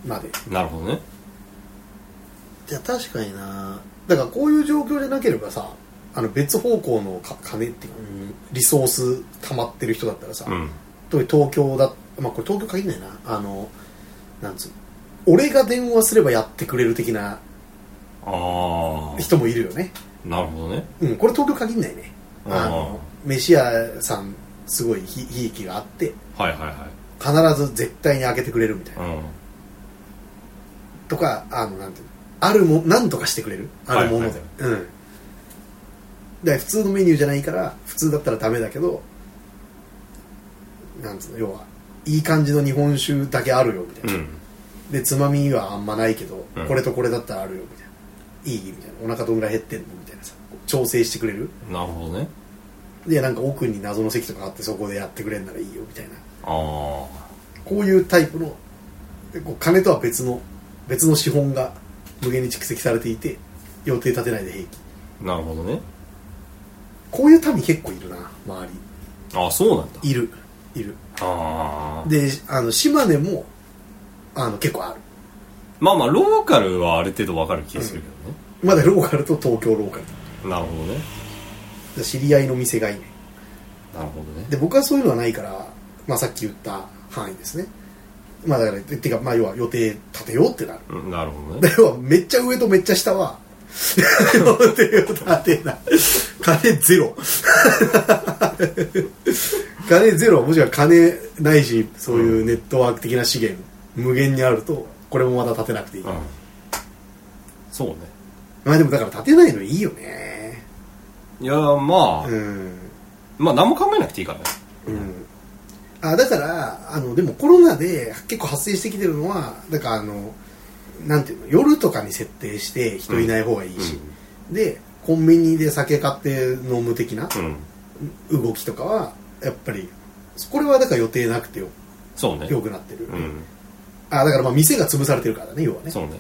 Speaker 2: まで
Speaker 1: いなるほどね
Speaker 2: いや確かになだからこういう状況じゃなければさあの別方向のか金っていうか、うんリソース溜まってる人だったらさ、
Speaker 1: うん
Speaker 2: 特に東京だまあこれ東京限らないなあのなんつうの俺が電話すればやってくれる的な
Speaker 1: あ
Speaker 2: 人もいるよね
Speaker 1: あなるほどね
Speaker 2: うんこれ東京限んないねあの飯屋さんすごいひひいきがあって
Speaker 1: はいはいは
Speaker 2: 必ず絶対に開けてくれるみたい
Speaker 1: い
Speaker 2: な、
Speaker 1: うん
Speaker 2: とかあのなんていうのあるもなんとかしてくれるあるもので、
Speaker 1: はい
Speaker 2: うんだから普通のメニューじゃないから普通だったらダメだけどなんつうの要はいい感じの日本酒だけあるよみたいな、
Speaker 1: うん
Speaker 2: でつまみはあんまないけど、
Speaker 1: うん
Speaker 2: これとこれだったらあるよみたいないいみたいなお腹どんぐらい減ってんのみたいなさこう調整してくれる
Speaker 1: なるほどね
Speaker 2: でなんか奥に謎の席とかあってそこでやってくれるならいいよみたいな
Speaker 1: ああ
Speaker 2: こういうタイプのでこう金とは別の別の資本が無限に蓄積されていて予定立てないで平気
Speaker 1: なるほどね
Speaker 2: こういう民結構いるな周
Speaker 1: ああそうなんだ
Speaker 2: りいるいる
Speaker 1: ああ
Speaker 2: であの島根もあの結構ある
Speaker 1: まあまあローカルはある程度わかる気がするけどね、
Speaker 2: まだローカルと東京ローカル
Speaker 1: なるほどね
Speaker 2: で知り合いの店がいない
Speaker 1: なるほどね
Speaker 2: で僕はそういうのはないから、まあ、さっき言った範囲ですねまあだからてかまあ要は予定立てようってなる
Speaker 1: うんなるほど
Speaker 2: で
Speaker 1: ね
Speaker 2: 要はめっちゃ上とめっちゃ下は ということはてな金ゼロ金ゼロもしくは金ないしそういうネットワーク的な資源、無限にあるとこれもまだ立てなくていい、
Speaker 1: うんそうね
Speaker 2: まあでもだから立てないのいいよね
Speaker 1: いやーまあ、
Speaker 2: うん
Speaker 1: まあ何も考えなくていいからね
Speaker 2: うんあだからあのでもコロナで結構発生してきてるのはだからあのなんていうの夜とかに設定して人いない方がいいし、でコンビニで酒買って飲む的な
Speaker 1: うん
Speaker 2: 動きとかはやっぱりこれはだから予定なくてよ
Speaker 1: そうね
Speaker 2: 良くなってる、
Speaker 1: うん
Speaker 2: あだからまあ店が潰されてるからね要はね
Speaker 1: そうね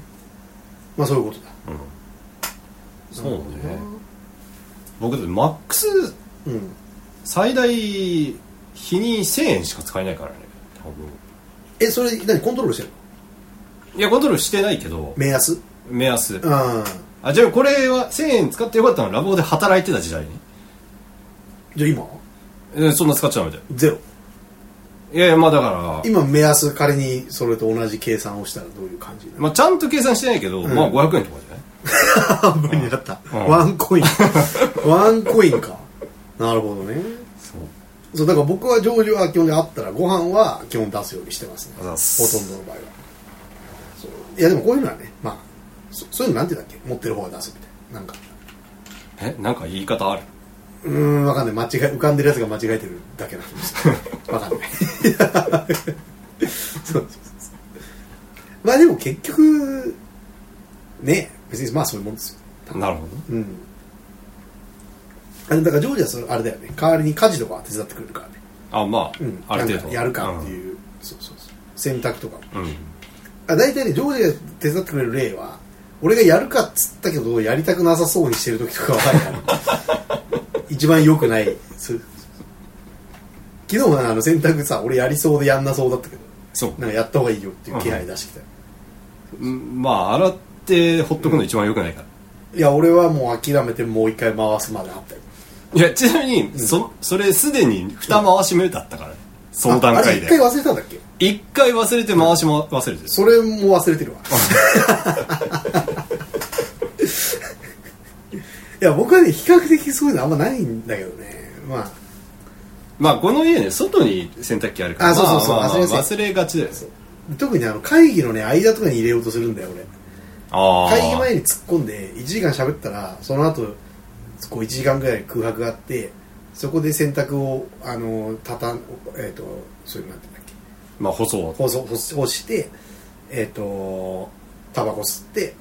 Speaker 2: まあそういうことだ
Speaker 1: うんそうね
Speaker 2: なる
Speaker 1: 僕だってマックス
Speaker 2: ほどなうん
Speaker 1: 最大日に1000円しか使えないからね多分
Speaker 2: えそれ何コントロールしてるの
Speaker 1: いやコントロールしてないけど
Speaker 2: 目安
Speaker 1: 目安
Speaker 2: ああ
Speaker 1: あじゃあこれは1000円使ってよかったのはラボで働いてた時代に
Speaker 2: じゃあ今は
Speaker 1: えそんな使っちゃダメだよ
Speaker 2: ゼロ
Speaker 1: いやいやまあだから、
Speaker 2: 今目安仮にそれと同じ計算をしたらどういう感じになる
Speaker 1: まあ、ちゃんと計算してないけど、まあ500円とかじゃない
Speaker 2: 半分になった、
Speaker 1: うん
Speaker 2: ワ ンコインワンコインかなるほどね
Speaker 1: そう
Speaker 2: そうだから僕は上場は基本であったらご飯は基本出すようにしてますね
Speaker 1: あ
Speaker 2: ほ
Speaker 1: りが
Speaker 2: と
Speaker 1: とうございます
Speaker 2: んどの場合はそういやでもこういうのはねまあそそういうのなんて言うんだっけ持ってる方が出すみたいななんか
Speaker 1: えなんか言い方ある
Speaker 2: うーんわかんない間違え浮かんでるやつが間違えてるだけなんです けどわかんない そうそうそうまあでも結局ね別にまあそういうもんですよ
Speaker 1: なるほど
Speaker 2: うんあれだからジョージはそれあれだよね代わりに家事とかは手伝ってくれるからね、
Speaker 1: あまあ、
Speaker 2: うん、
Speaker 1: ある程
Speaker 2: なん
Speaker 1: 度
Speaker 2: かやるかっていう、そうそうそう洗濯とかも
Speaker 1: うん、うん
Speaker 2: あ大体ねジョージが手伝ってくれる例は俺がやるかっつったけどやりたくなさそうにしてる時とかは 一番良くないそう昨日もあの洗濯さ俺やりそうでやんなそうだったけど
Speaker 1: そう
Speaker 2: なんかやった方がいいよっていう気配出してきたよ、
Speaker 1: うんまあ洗ってほっとくの一番良くないから、
Speaker 2: いや俺はもう諦めてもう一回回すまであったよ
Speaker 1: いやちなみに、そそれすでに二回し目だったからね、その段
Speaker 2: ああれ
Speaker 1: 階
Speaker 2: 一
Speaker 1: で
Speaker 2: 回忘れたんだっけ
Speaker 1: 一回忘れて回しも忘れてる
Speaker 2: それも忘れてるわいや僕はね比較的そういうのあんまないんだけどねまあ
Speaker 1: まあこの家ね外に洗濯機あるから
Speaker 2: あそうそうそう
Speaker 1: まあまあまあ
Speaker 2: 忘れやす
Speaker 1: 忘れがちだよね
Speaker 2: 特にねあの会議のね間とかに入れようとするんだよ俺
Speaker 1: ああ
Speaker 2: 会議前に突っ込んで1時間喋ったらその後こう1時間ぐらい空白があってそこで洗濯をあのたたんえっ、とそういうのなんていうんだっけ
Speaker 1: まあ舗装
Speaker 2: 干そう干す干してえっ、とタバコ吸って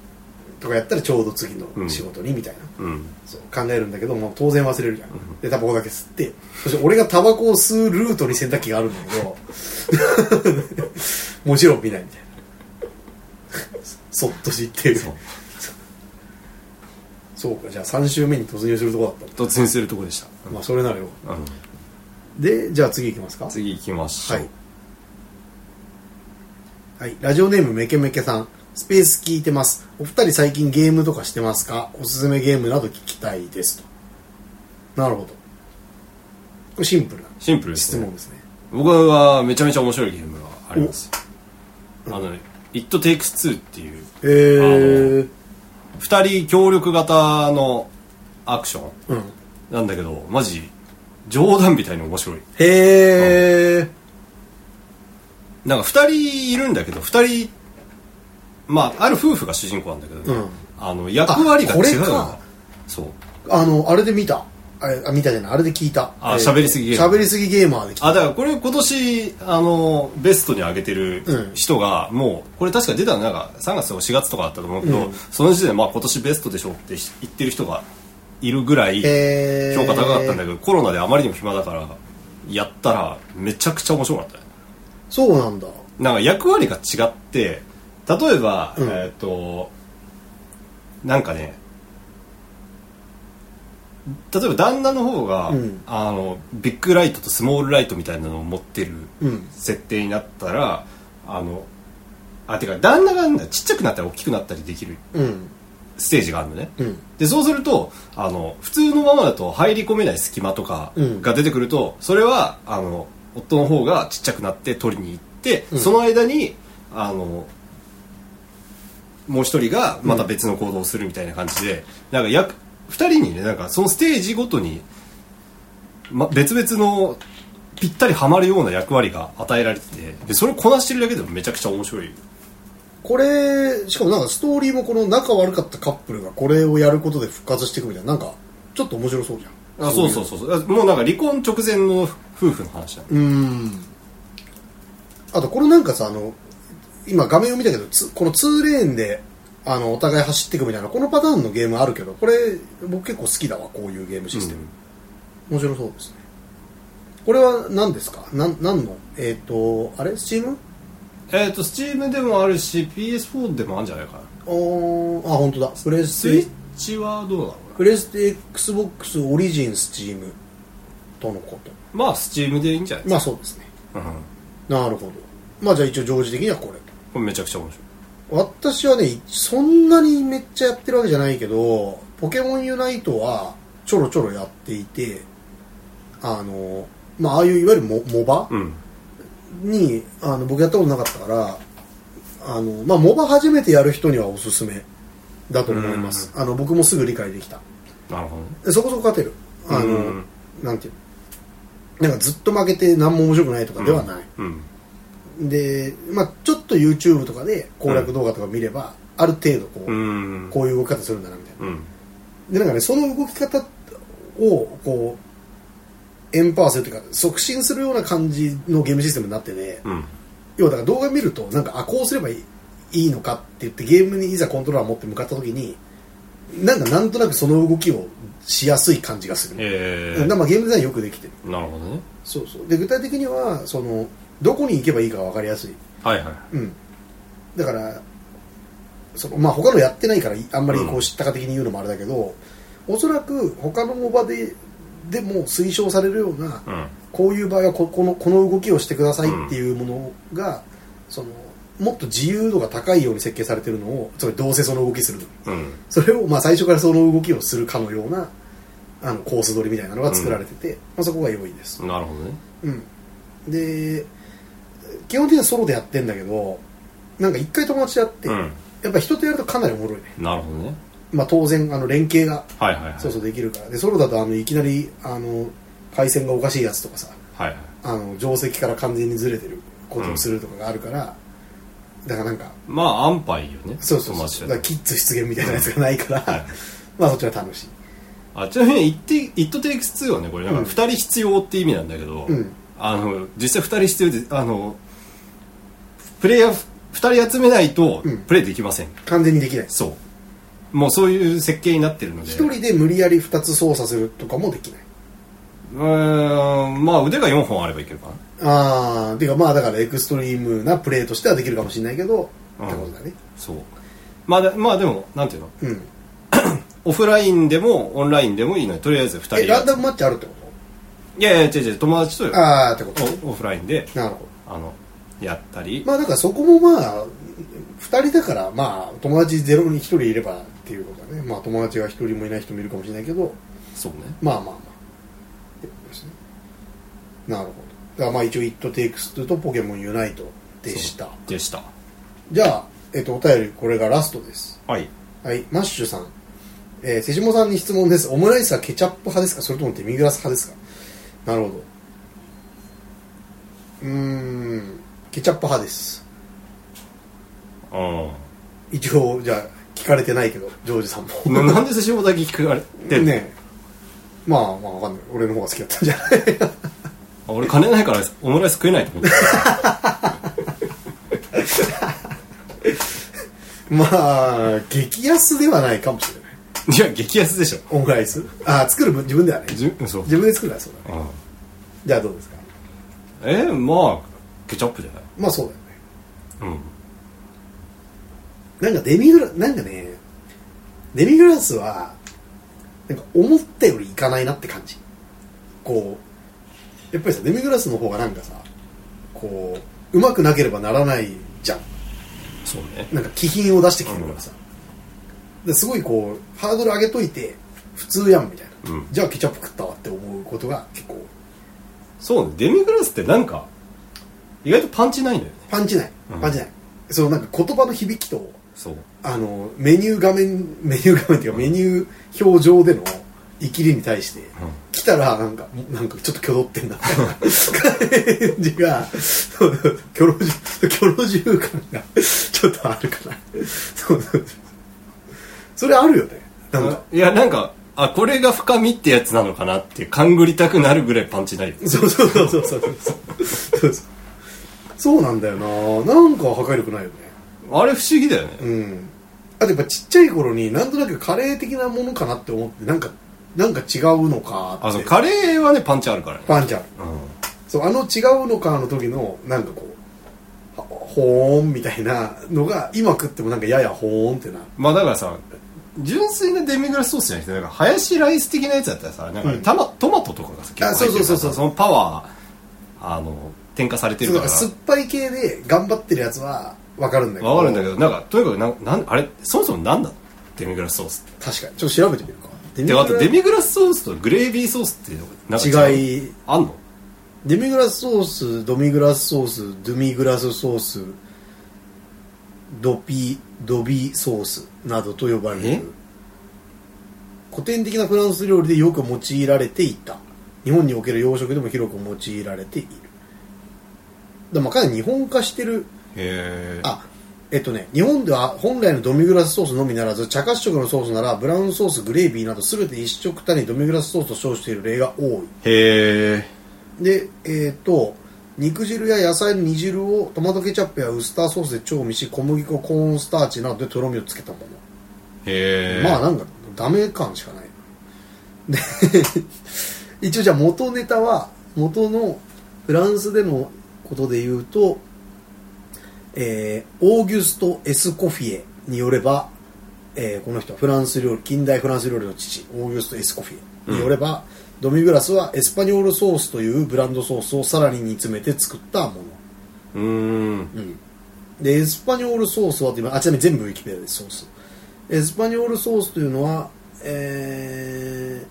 Speaker 2: とかやったらちょうど次の仕事にみたいな、
Speaker 1: うん
Speaker 2: そう考えるんだけどもう当然忘れるじゃん、でタバコだけ吸ってそして俺がタバコを吸うルートに洗濯機があるんだけど もちろん見ないみたいなそっと知ってる
Speaker 1: そう
Speaker 2: そうかじゃあ3週目に突入するとこだっ
Speaker 1: 突入するとこでした
Speaker 2: たまあそれならよ
Speaker 1: うん
Speaker 2: でじゃあ次いきますか
Speaker 1: 次行きましょ
Speaker 2: は
Speaker 1: う、
Speaker 2: い、はい、ラジオネームめけめけさんスペース聞いてますお二人最近ゲームとかしてますかおすすめゲームなど聞きたいですとなるほどこれシンプルな
Speaker 1: シンプルです、
Speaker 2: 質
Speaker 1: ね、
Speaker 2: 問ですね
Speaker 1: 僕はめちゃめちゃ面白いゲームがありますあのね「It Takes Two」っていう
Speaker 2: へえ
Speaker 1: 2人協力型のアクション
Speaker 2: うん
Speaker 1: なんだけどマジ冗談みたいに面白い
Speaker 2: へえ
Speaker 1: なんか2人いるんだけど2人まあある夫婦が主人公なんだけどね、
Speaker 2: うん
Speaker 1: あの役割が
Speaker 2: あこれ
Speaker 1: 違う
Speaker 2: か
Speaker 1: のそう
Speaker 2: あのあれで見たあれあ見たじゃないあれで聞いた
Speaker 1: あ
Speaker 2: えー
Speaker 1: 喋りすぎゲーマー
Speaker 2: 喋りすぎゲーマーで聞いた
Speaker 1: あだからこれ今年あのベストに上げてる
Speaker 2: うん
Speaker 1: 人が、もうこれ確か出たのなんか3月とか4月とかだったと思うけど、
Speaker 2: うん
Speaker 1: その時点でまあ今年ベストでしょって言ってる人がいるぐらい
Speaker 2: へー
Speaker 1: 評価高かったんだけど、コロナであまりにも暇だからやったらめちゃくちゃ面白かったね
Speaker 2: そうなんだ
Speaker 1: なんか役割が違って例えば、
Speaker 2: うん
Speaker 1: えーっとなんかね例えば旦那の方が、
Speaker 2: うん
Speaker 1: あのビッグライトとスモールライトみたいなのを持ってる
Speaker 2: うん
Speaker 1: 設定になったら、あのあてか旦那がねちっちゃくなったり大きくなったりできる
Speaker 2: うん
Speaker 1: ステージがあるのね、
Speaker 2: うん
Speaker 1: でそうするとあの普通のままだと入り込めない隙間とか
Speaker 2: うん
Speaker 1: が出てくると、それはあの夫の方がちっちゃくなって取りに行って、
Speaker 2: うん
Speaker 1: その間にあのもう一人がまた別の行動をするみたいな感じで、なんか約2人にねなんかそのステージごとに、ま、別々のぴったりはまるような役割が与えられててでそれをこなしてるだけでもめちゃくちゃ面白い
Speaker 2: これしかもなんかストーリーもこの仲悪かったカップルがこれをやることで復活していくみたいななんかちょっと面白そうじゃん
Speaker 1: あそう
Speaker 2: い
Speaker 1: そうそうそうもうなんか離婚直前の夫婦の話だ、ね
Speaker 2: うんあとこれなんかさあの今画面を見たけどつこの2レーンであのお互い走っていくみたいなこのパターンのゲームあるけどこれ僕結構好きだわこういうゲームシステム、面白そうですねこれは何ですかなん何のえっ、とあれスチーム
Speaker 1: えっ、と Steam でもあるし PS4 でもあるんじゃないかな
Speaker 2: おーあ本当だプレス
Speaker 1: スイッチはどうなのかな
Speaker 2: プレステ XBOX オリジンスチームとのこと
Speaker 1: まあ Steam でいいんじゃないで
Speaker 2: ますあそうですね
Speaker 1: か、うん、
Speaker 2: なるほどまあじゃあ一応常時的にはこれと
Speaker 1: これめちゃくちゃ面白い
Speaker 2: 私はねそんなにめっちゃやってるわけじゃないけどポケモンユナイトはちょろちょろやっていてあのまあああいういわゆるモモバ
Speaker 1: うん
Speaker 2: にあの僕やったことなかったからあのまあモバ初めてやる人にはおすすめだと思いますあの僕もすぐ理解できた
Speaker 1: なるほどね
Speaker 2: でそこそこ勝てるあの、
Speaker 1: うん
Speaker 2: なんていうのなんかずっと負けて何も面白くないとかではない、
Speaker 1: うん
Speaker 2: で、まあ、ちょっと YouTube とかで攻略動画とか見れば、ある程度こう、
Speaker 1: うん
Speaker 2: こういう動き方するんだなみたいな
Speaker 1: うん
Speaker 2: でなんかねその動き方をこうエンパワーするというか促進するような感じのゲームシステムになってね、
Speaker 1: うん
Speaker 2: 要はだから動画見るとなんかあこうすればいいいいのかって言ってゲームにいざコントローラー持って向かった時になんかなんとなくその動きをしやすい感じがする、
Speaker 1: えー、
Speaker 2: だから
Speaker 1: な
Speaker 2: まあゲームデザインよくできてる
Speaker 1: るほどね
Speaker 2: そうそうで具体的にはそのどこに行けばいいかが分かりやすい、
Speaker 1: はいはい
Speaker 2: うん、だからその、まあ、他のやってないからいあんまりこ
Speaker 1: うん
Speaker 2: う知ったか的に言うのもあれだけど、おそらく他のモバででも推奨されるような
Speaker 1: うん
Speaker 2: こういう場合はここのこの動きをしてくださいっていうものが、そのもっと自由度が高いように設計されてるのをつまりどうせその動きするの
Speaker 1: うん
Speaker 2: それをまあ最初からその動きをするかのようなあのコース取りみたいなのが作られてて、まあ、そこが良いです
Speaker 1: なるほどね
Speaker 2: うん、で基本的にはソロでやってんだけどなんか一回友達やって、
Speaker 1: う
Speaker 2: や
Speaker 1: ん
Speaker 2: っぱ人とやるとかなりおもろいね、
Speaker 1: なるほどね
Speaker 2: まあ、当然あの連携が
Speaker 1: はいはいはい
Speaker 2: そうそうできるからでソロだとあのいきなりあの回線がおかしいやつとかさ
Speaker 1: はいはい
Speaker 2: あの定石から完全にずれてることをするとかがあるから、だからなんか
Speaker 1: まあ安牌よね
Speaker 2: そうそうそう
Speaker 1: 友
Speaker 2: そ
Speaker 1: 達
Speaker 2: う
Speaker 1: だ
Speaker 2: だから
Speaker 1: と
Speaker 2: キッズ出現みたいなやつがないから まあそっちは楽しい
Speaker 1: あちなみにイッテ「イット・テイクス2」はねこれなんか
Speaker 2: うん
Speaker 1: 2人必要って意味なんだけど、
Speaker 2: うん
Speaker 1: あの実際2人必要であのプレイヤー2人集めないと
Speaker 2: うん
Speaker 1: プレイできません、
Speaker 2: 完全にできないです
Speaker 1: そうもうそういう設計になってるので
Speaker 2: 一人で無理やり2つ操作するとかもできないう
Speaker 1: ーんまあ腕が4本あればいけるかな
Speaker 2: ああ、てかまあだからエクストリームなプレーとしてはできるかもしれないけど、
Speaker 1: うん
Speaker 2: ってことだね。
Speaker 1: そうまあだまあでもなんていうの
Speaker 2: うん。
Speaker 1: オフラインでもオンラインでもいいのにとりあえず2人
Speaker 2: え、ランダムマッチあるってこ
Speaker 1: いやいや違う違う友達とよ
Speaker 2: とああ、ってこと
Speaker 1: おオフラインで
Speaker 2: なるほど。
Speaker 1: あのやったり、
Speaker 2: まあだからそこもまあ、二人だからまあ友達ゼロに一人いればっていうことだね。まあ友達が一人もいない人もいるかもしれないけど、
Speaker 1: そうね
Speaker 2: まあまあまあ。ってことですね。なるほど。だからまあ一応 It Takes Two とポケモンユナイトでした。
Speaker 1: でした
Speaker 2: じゃあ、えっとお便りこれがラストです。
Speaker 1: はい
Speaker 2: はい、マッシュさん、えー、瀬下さんに質問です。オムライスはケチャップ派ですかそれともデミグラス派ですかなるほど。うーん、ケチャップ派です。
Speaker 1: うん
Speaker 2: 一応、じゃあ、聞かれてないけど、ジョージさんも。
Speaker 1: ななんで寿司もだけ聞かれてんの、
Speaker 2: ねえまあまあわかんない。俺の方が好きだったんじゃない
Speaker 1: あ俺金ないからオムライス食えないと思って
Speaker 2: まあ、激安ではないかもしれない。
Speaker 1: た いや激安でしょ
Speaker 2: オムライス。ああ、作る分、自分ではね。
Speaker 1: じゅそう、
Speaker 2: 自分で作るはそうだね。
Speaker 1: うん、
Speaker 2: じゃあどうですか
Speaker 1: えまあケチャップじゃない
Speaker 2: まあそうだよね。
Speaker 1: うん
Speaker 2: なんかデミグラなんかねデミグラスはなんか思ったよりいかないなって感じこうやっぱりさデミグラスの方がなんかさこううまくなければならないじゃん
Speaker 1: そうね
Speaker 2: なんか気品を出してきてるからさ、ですごいこうハードル上げといて普通やんみたいな、
Speaker 1: うん
Speaker 2: じゃあケチャップ食ったわって思うことが結構
Speaker 1: そうねデミグラスってなんか意外とパンチないんだよね
Speaker 2: パンチない
Speaker 1: うん
Speaker 2: パンチない、そのなんか言葉の響きと
Speaker 1: そう
Speaker 2: あのメニュー画面メニュー画面っていうかメニュー表上でのいきりに対して、来たらなんかなんかちょっと挙動ってんだみたいな感じがそうキョロキョロ重感がちょっとあるからそうそれあるよねなんか
Speaker 1: いやなんかあこれが深みってやつなのかなって勘ぐりたくなるぐらいパンチないよ
Speaker 2: そうそうそうそうそうそうそうそうなんだよななんか破壊力ないよね
Speaker 1: あれ不思議だよね、
Speaker 2: うんあとやっぱちっちゃい頃になんとなくカレー的なものかなって思ってなんかなんか違うのかって
Speaker 1: あそうカレーはねパンチあるからね、
Speaker 2: パンちゃん
Speaker 1: う、
Speaker 2: そうあの違うのかの時のなんかこうはほーんみたいなのが今食ってもなんかややほーんってなん
Speaker 1: まあだからさ純粋なデミグラスソースじゃなくてなんかハヤシライス的なやつだったらさなんか、
Speaker 2: うん
Speaker 1: たまトマトとかがさ結構入ってるから
Speaker 2: そうそうそうそう
Speaker 1: さそのパワーあの添加されてる
Speaker 2: そう
Speaker 1: か
Speaker 2: なん
Speaker 1: ら
Speaker 2: か酸っぱい系で頑張ってるやつは分かるんだけど
Speaker 1: わかるんだけどなんかとにかくなんなんあれそもそも何なのデミグラスソースって
Speaker 2: 確かにちょっと調べてみるかデ
Speaker 1: であとデミグラスソースとグレービーソースってなんか違う
Speaker 2: 違い
Speaker 1: あんの
Speaker 2: デミグラスソースドミグラスソースドゥミグラスソースドピドビソースなどと呼ばれ
Speaker 1: え
Speaker 2: る古典的なフランス料理でよく用いられていた日本における洋食でも広く用いられているだからまあかなり日本化してる
Speaker 1: へえ
Speaker 2: あえっとね日本では本来のドミグラスソースのみならず茶褐色のソースならブラウンソースグレービーなど全て一色単にドミグラスソースと称している例が多い
Speaker 1: へえ
Speaker 2: でえっ、と肉汁や野菜の煮汁をトマトケチャップやウスターソースで調味し小麦粉コーンスターチなどでとろみをつけたもの、
Speaker 1: へえ
Speaker 2: まあなんかダメ感しかないで 一応じゃあ元ネタは元のフランスでのことで言うと、えーオーギュスト・エスコフィエによれば、えーこの人はフランス料理近代フランス料理の父オーギュスト・エスコフィエによれば、ドミグラスはエスパニョールソースというブランドソースをさらに煮詰めて作ったもの
Speaker 1: うーん
Speaker 2: でエスパニョールソースはって今あちなみに全部ウィキペディアですソースエスパニョールソースというのはえ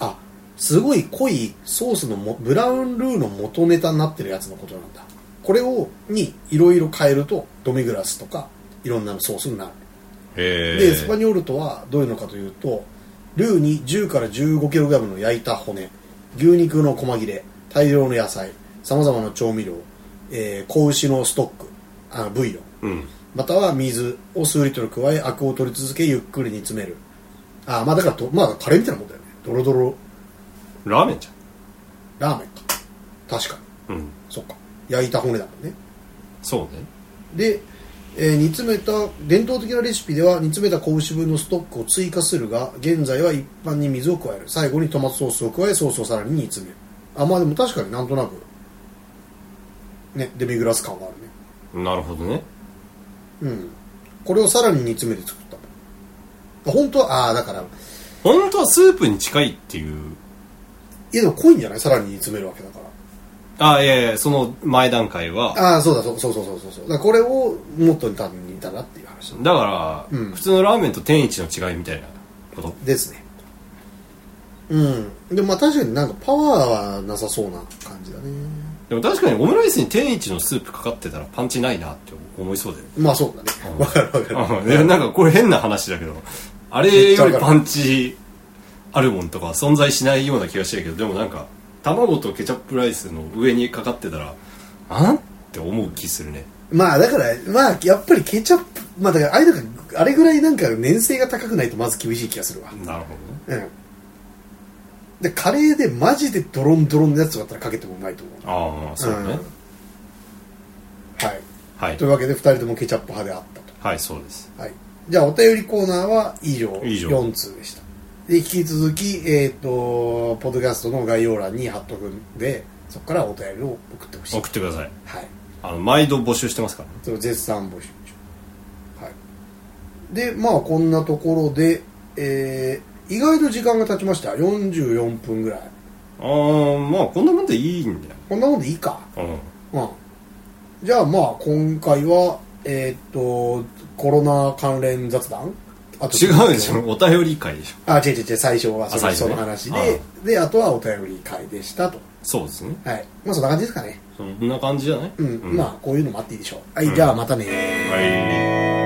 Speaker 2: ー、あすごい濃いソースのもブラウンルーの元ネタになってるやつのことなんだこれをにいろいろ変えるとドミグラスとかいろんなソースになる
Speaker 1: へ
Speaker 2: でエスパ
Speaker 1: え
Speaker 2: ニョールとはどういうのかというとルーに10から 15kg の焼いた骨牛肉の細切れ大量の野菜さまざまな調味料、えー子牛のストックあブイヨン
Speaker 1: うん
Speaker 2: または水を数リットル加えアクを取り続けゆっくり煮詰めるあーまあだからと、まあ、カレーみたいなもんだよねドロドロ
Speaker 1: ラーメンじ
Speaker 2: ラーメンか確かに
Speaker 1: ゃんうん
Speaker 2: そっか焼いた骨だもんね
Speaker 1: そうね
Speaker 2: で、えー煮詰めた伝統的なレシピでは煮詰めた子牛分のストックを追加するが現在は一般に水を加える最後にトマトソースを加えソースをさらに煮詰めるあまあでも確かになんとなくねデミグラス感はあるね
Speaker 1: なるほどね
Speaker 2: うんこれをさらに煮詰めて作ったあ本当はああだからい
Speaker 1: 本当はスープに近いっていう
Speaker 2: やでも濃いんじゃないさらに煮詰めるわけだから
Speaker 1: あいやいやその前段階は
Speaker 2: ああそうだそうそうそうそうそうそうだからこれをもっと単に煮たらっていう話
Speaker 1: だから、
Speaker 2: うん
Speaker 1: 普通のラーメンと天一の違いみたいなこと
Speaker 2: ですねうんでもまあ確かになんかパワーはなさそうな感じだね
Speaker 1: でも確かにオムライスに天一のスープかかってたらパンチないなって思いそうだよ
Speaker 2: まあそうだねわかるわかる
Speaker 1: あ でなんかこれ変な話だけどあれよりパンチあるもんとかは存在しないような気がしてるけどでもなんか卵とケチャップライスの上にかかってたらあんって思う気するね
Speaker 2: まあだからまあやっぱりケチャップまあだからあれだからあれぐらいなんか粘性が高くないとまず厳しい気がするわ
Speaker 1: なるほどね
Speaker 2: うんでカレーでマジでドロンドロンのやつだったらかけてもうまいと思う
Speaker 1: ああそうね、
Speaker 2: うんはい
Speaker 1: はい
Speaker 2: というわけで2人ともケチャップ派であったと
Speaker 1: はいそうです
Speaker 2: はい、じゃあお便りコーナーは以上
Speaker 1: 以上
Speaker 2: 4通でしたで引き続き、えっとポッドキャストの概要欄に貼っとくんでそこからお便りを送ってほしい、は
Speaker 1: 送ってください
Speaker 2: い、
Speaker 1: あの毎度募集してますからね
Speaker 2: それを絶賛募集中、はい、でまあこんなところで、えー意外と時間が経ちました44分ぐらい
Speaker 1: ああまあこんなもんでいいんだよ
Speaker 2: こんなもんでいいか
Speaker 1: うん
Speaker 2: うんじゃあまあ今回はえっとコロナ関連雑談あ
Speaker 1: 違うでしょお便り会でしょ
Speaker 2: あ、違う違う違う、最初はその
Speaker 1: あ最初
Speaker 2: そ
Speaker 1: ね
Speaker 2: の話で、で、あとはお便り会でしたと。
Speaker 1: そうですね
Speaker 2: はい。まあそんな感じですかね。
Speaker 1: そんな感じじゃない
Speaker 2: うん。まあこういうのもあっていいでしょう。はい、じゃあまたね
Speaker 1: はい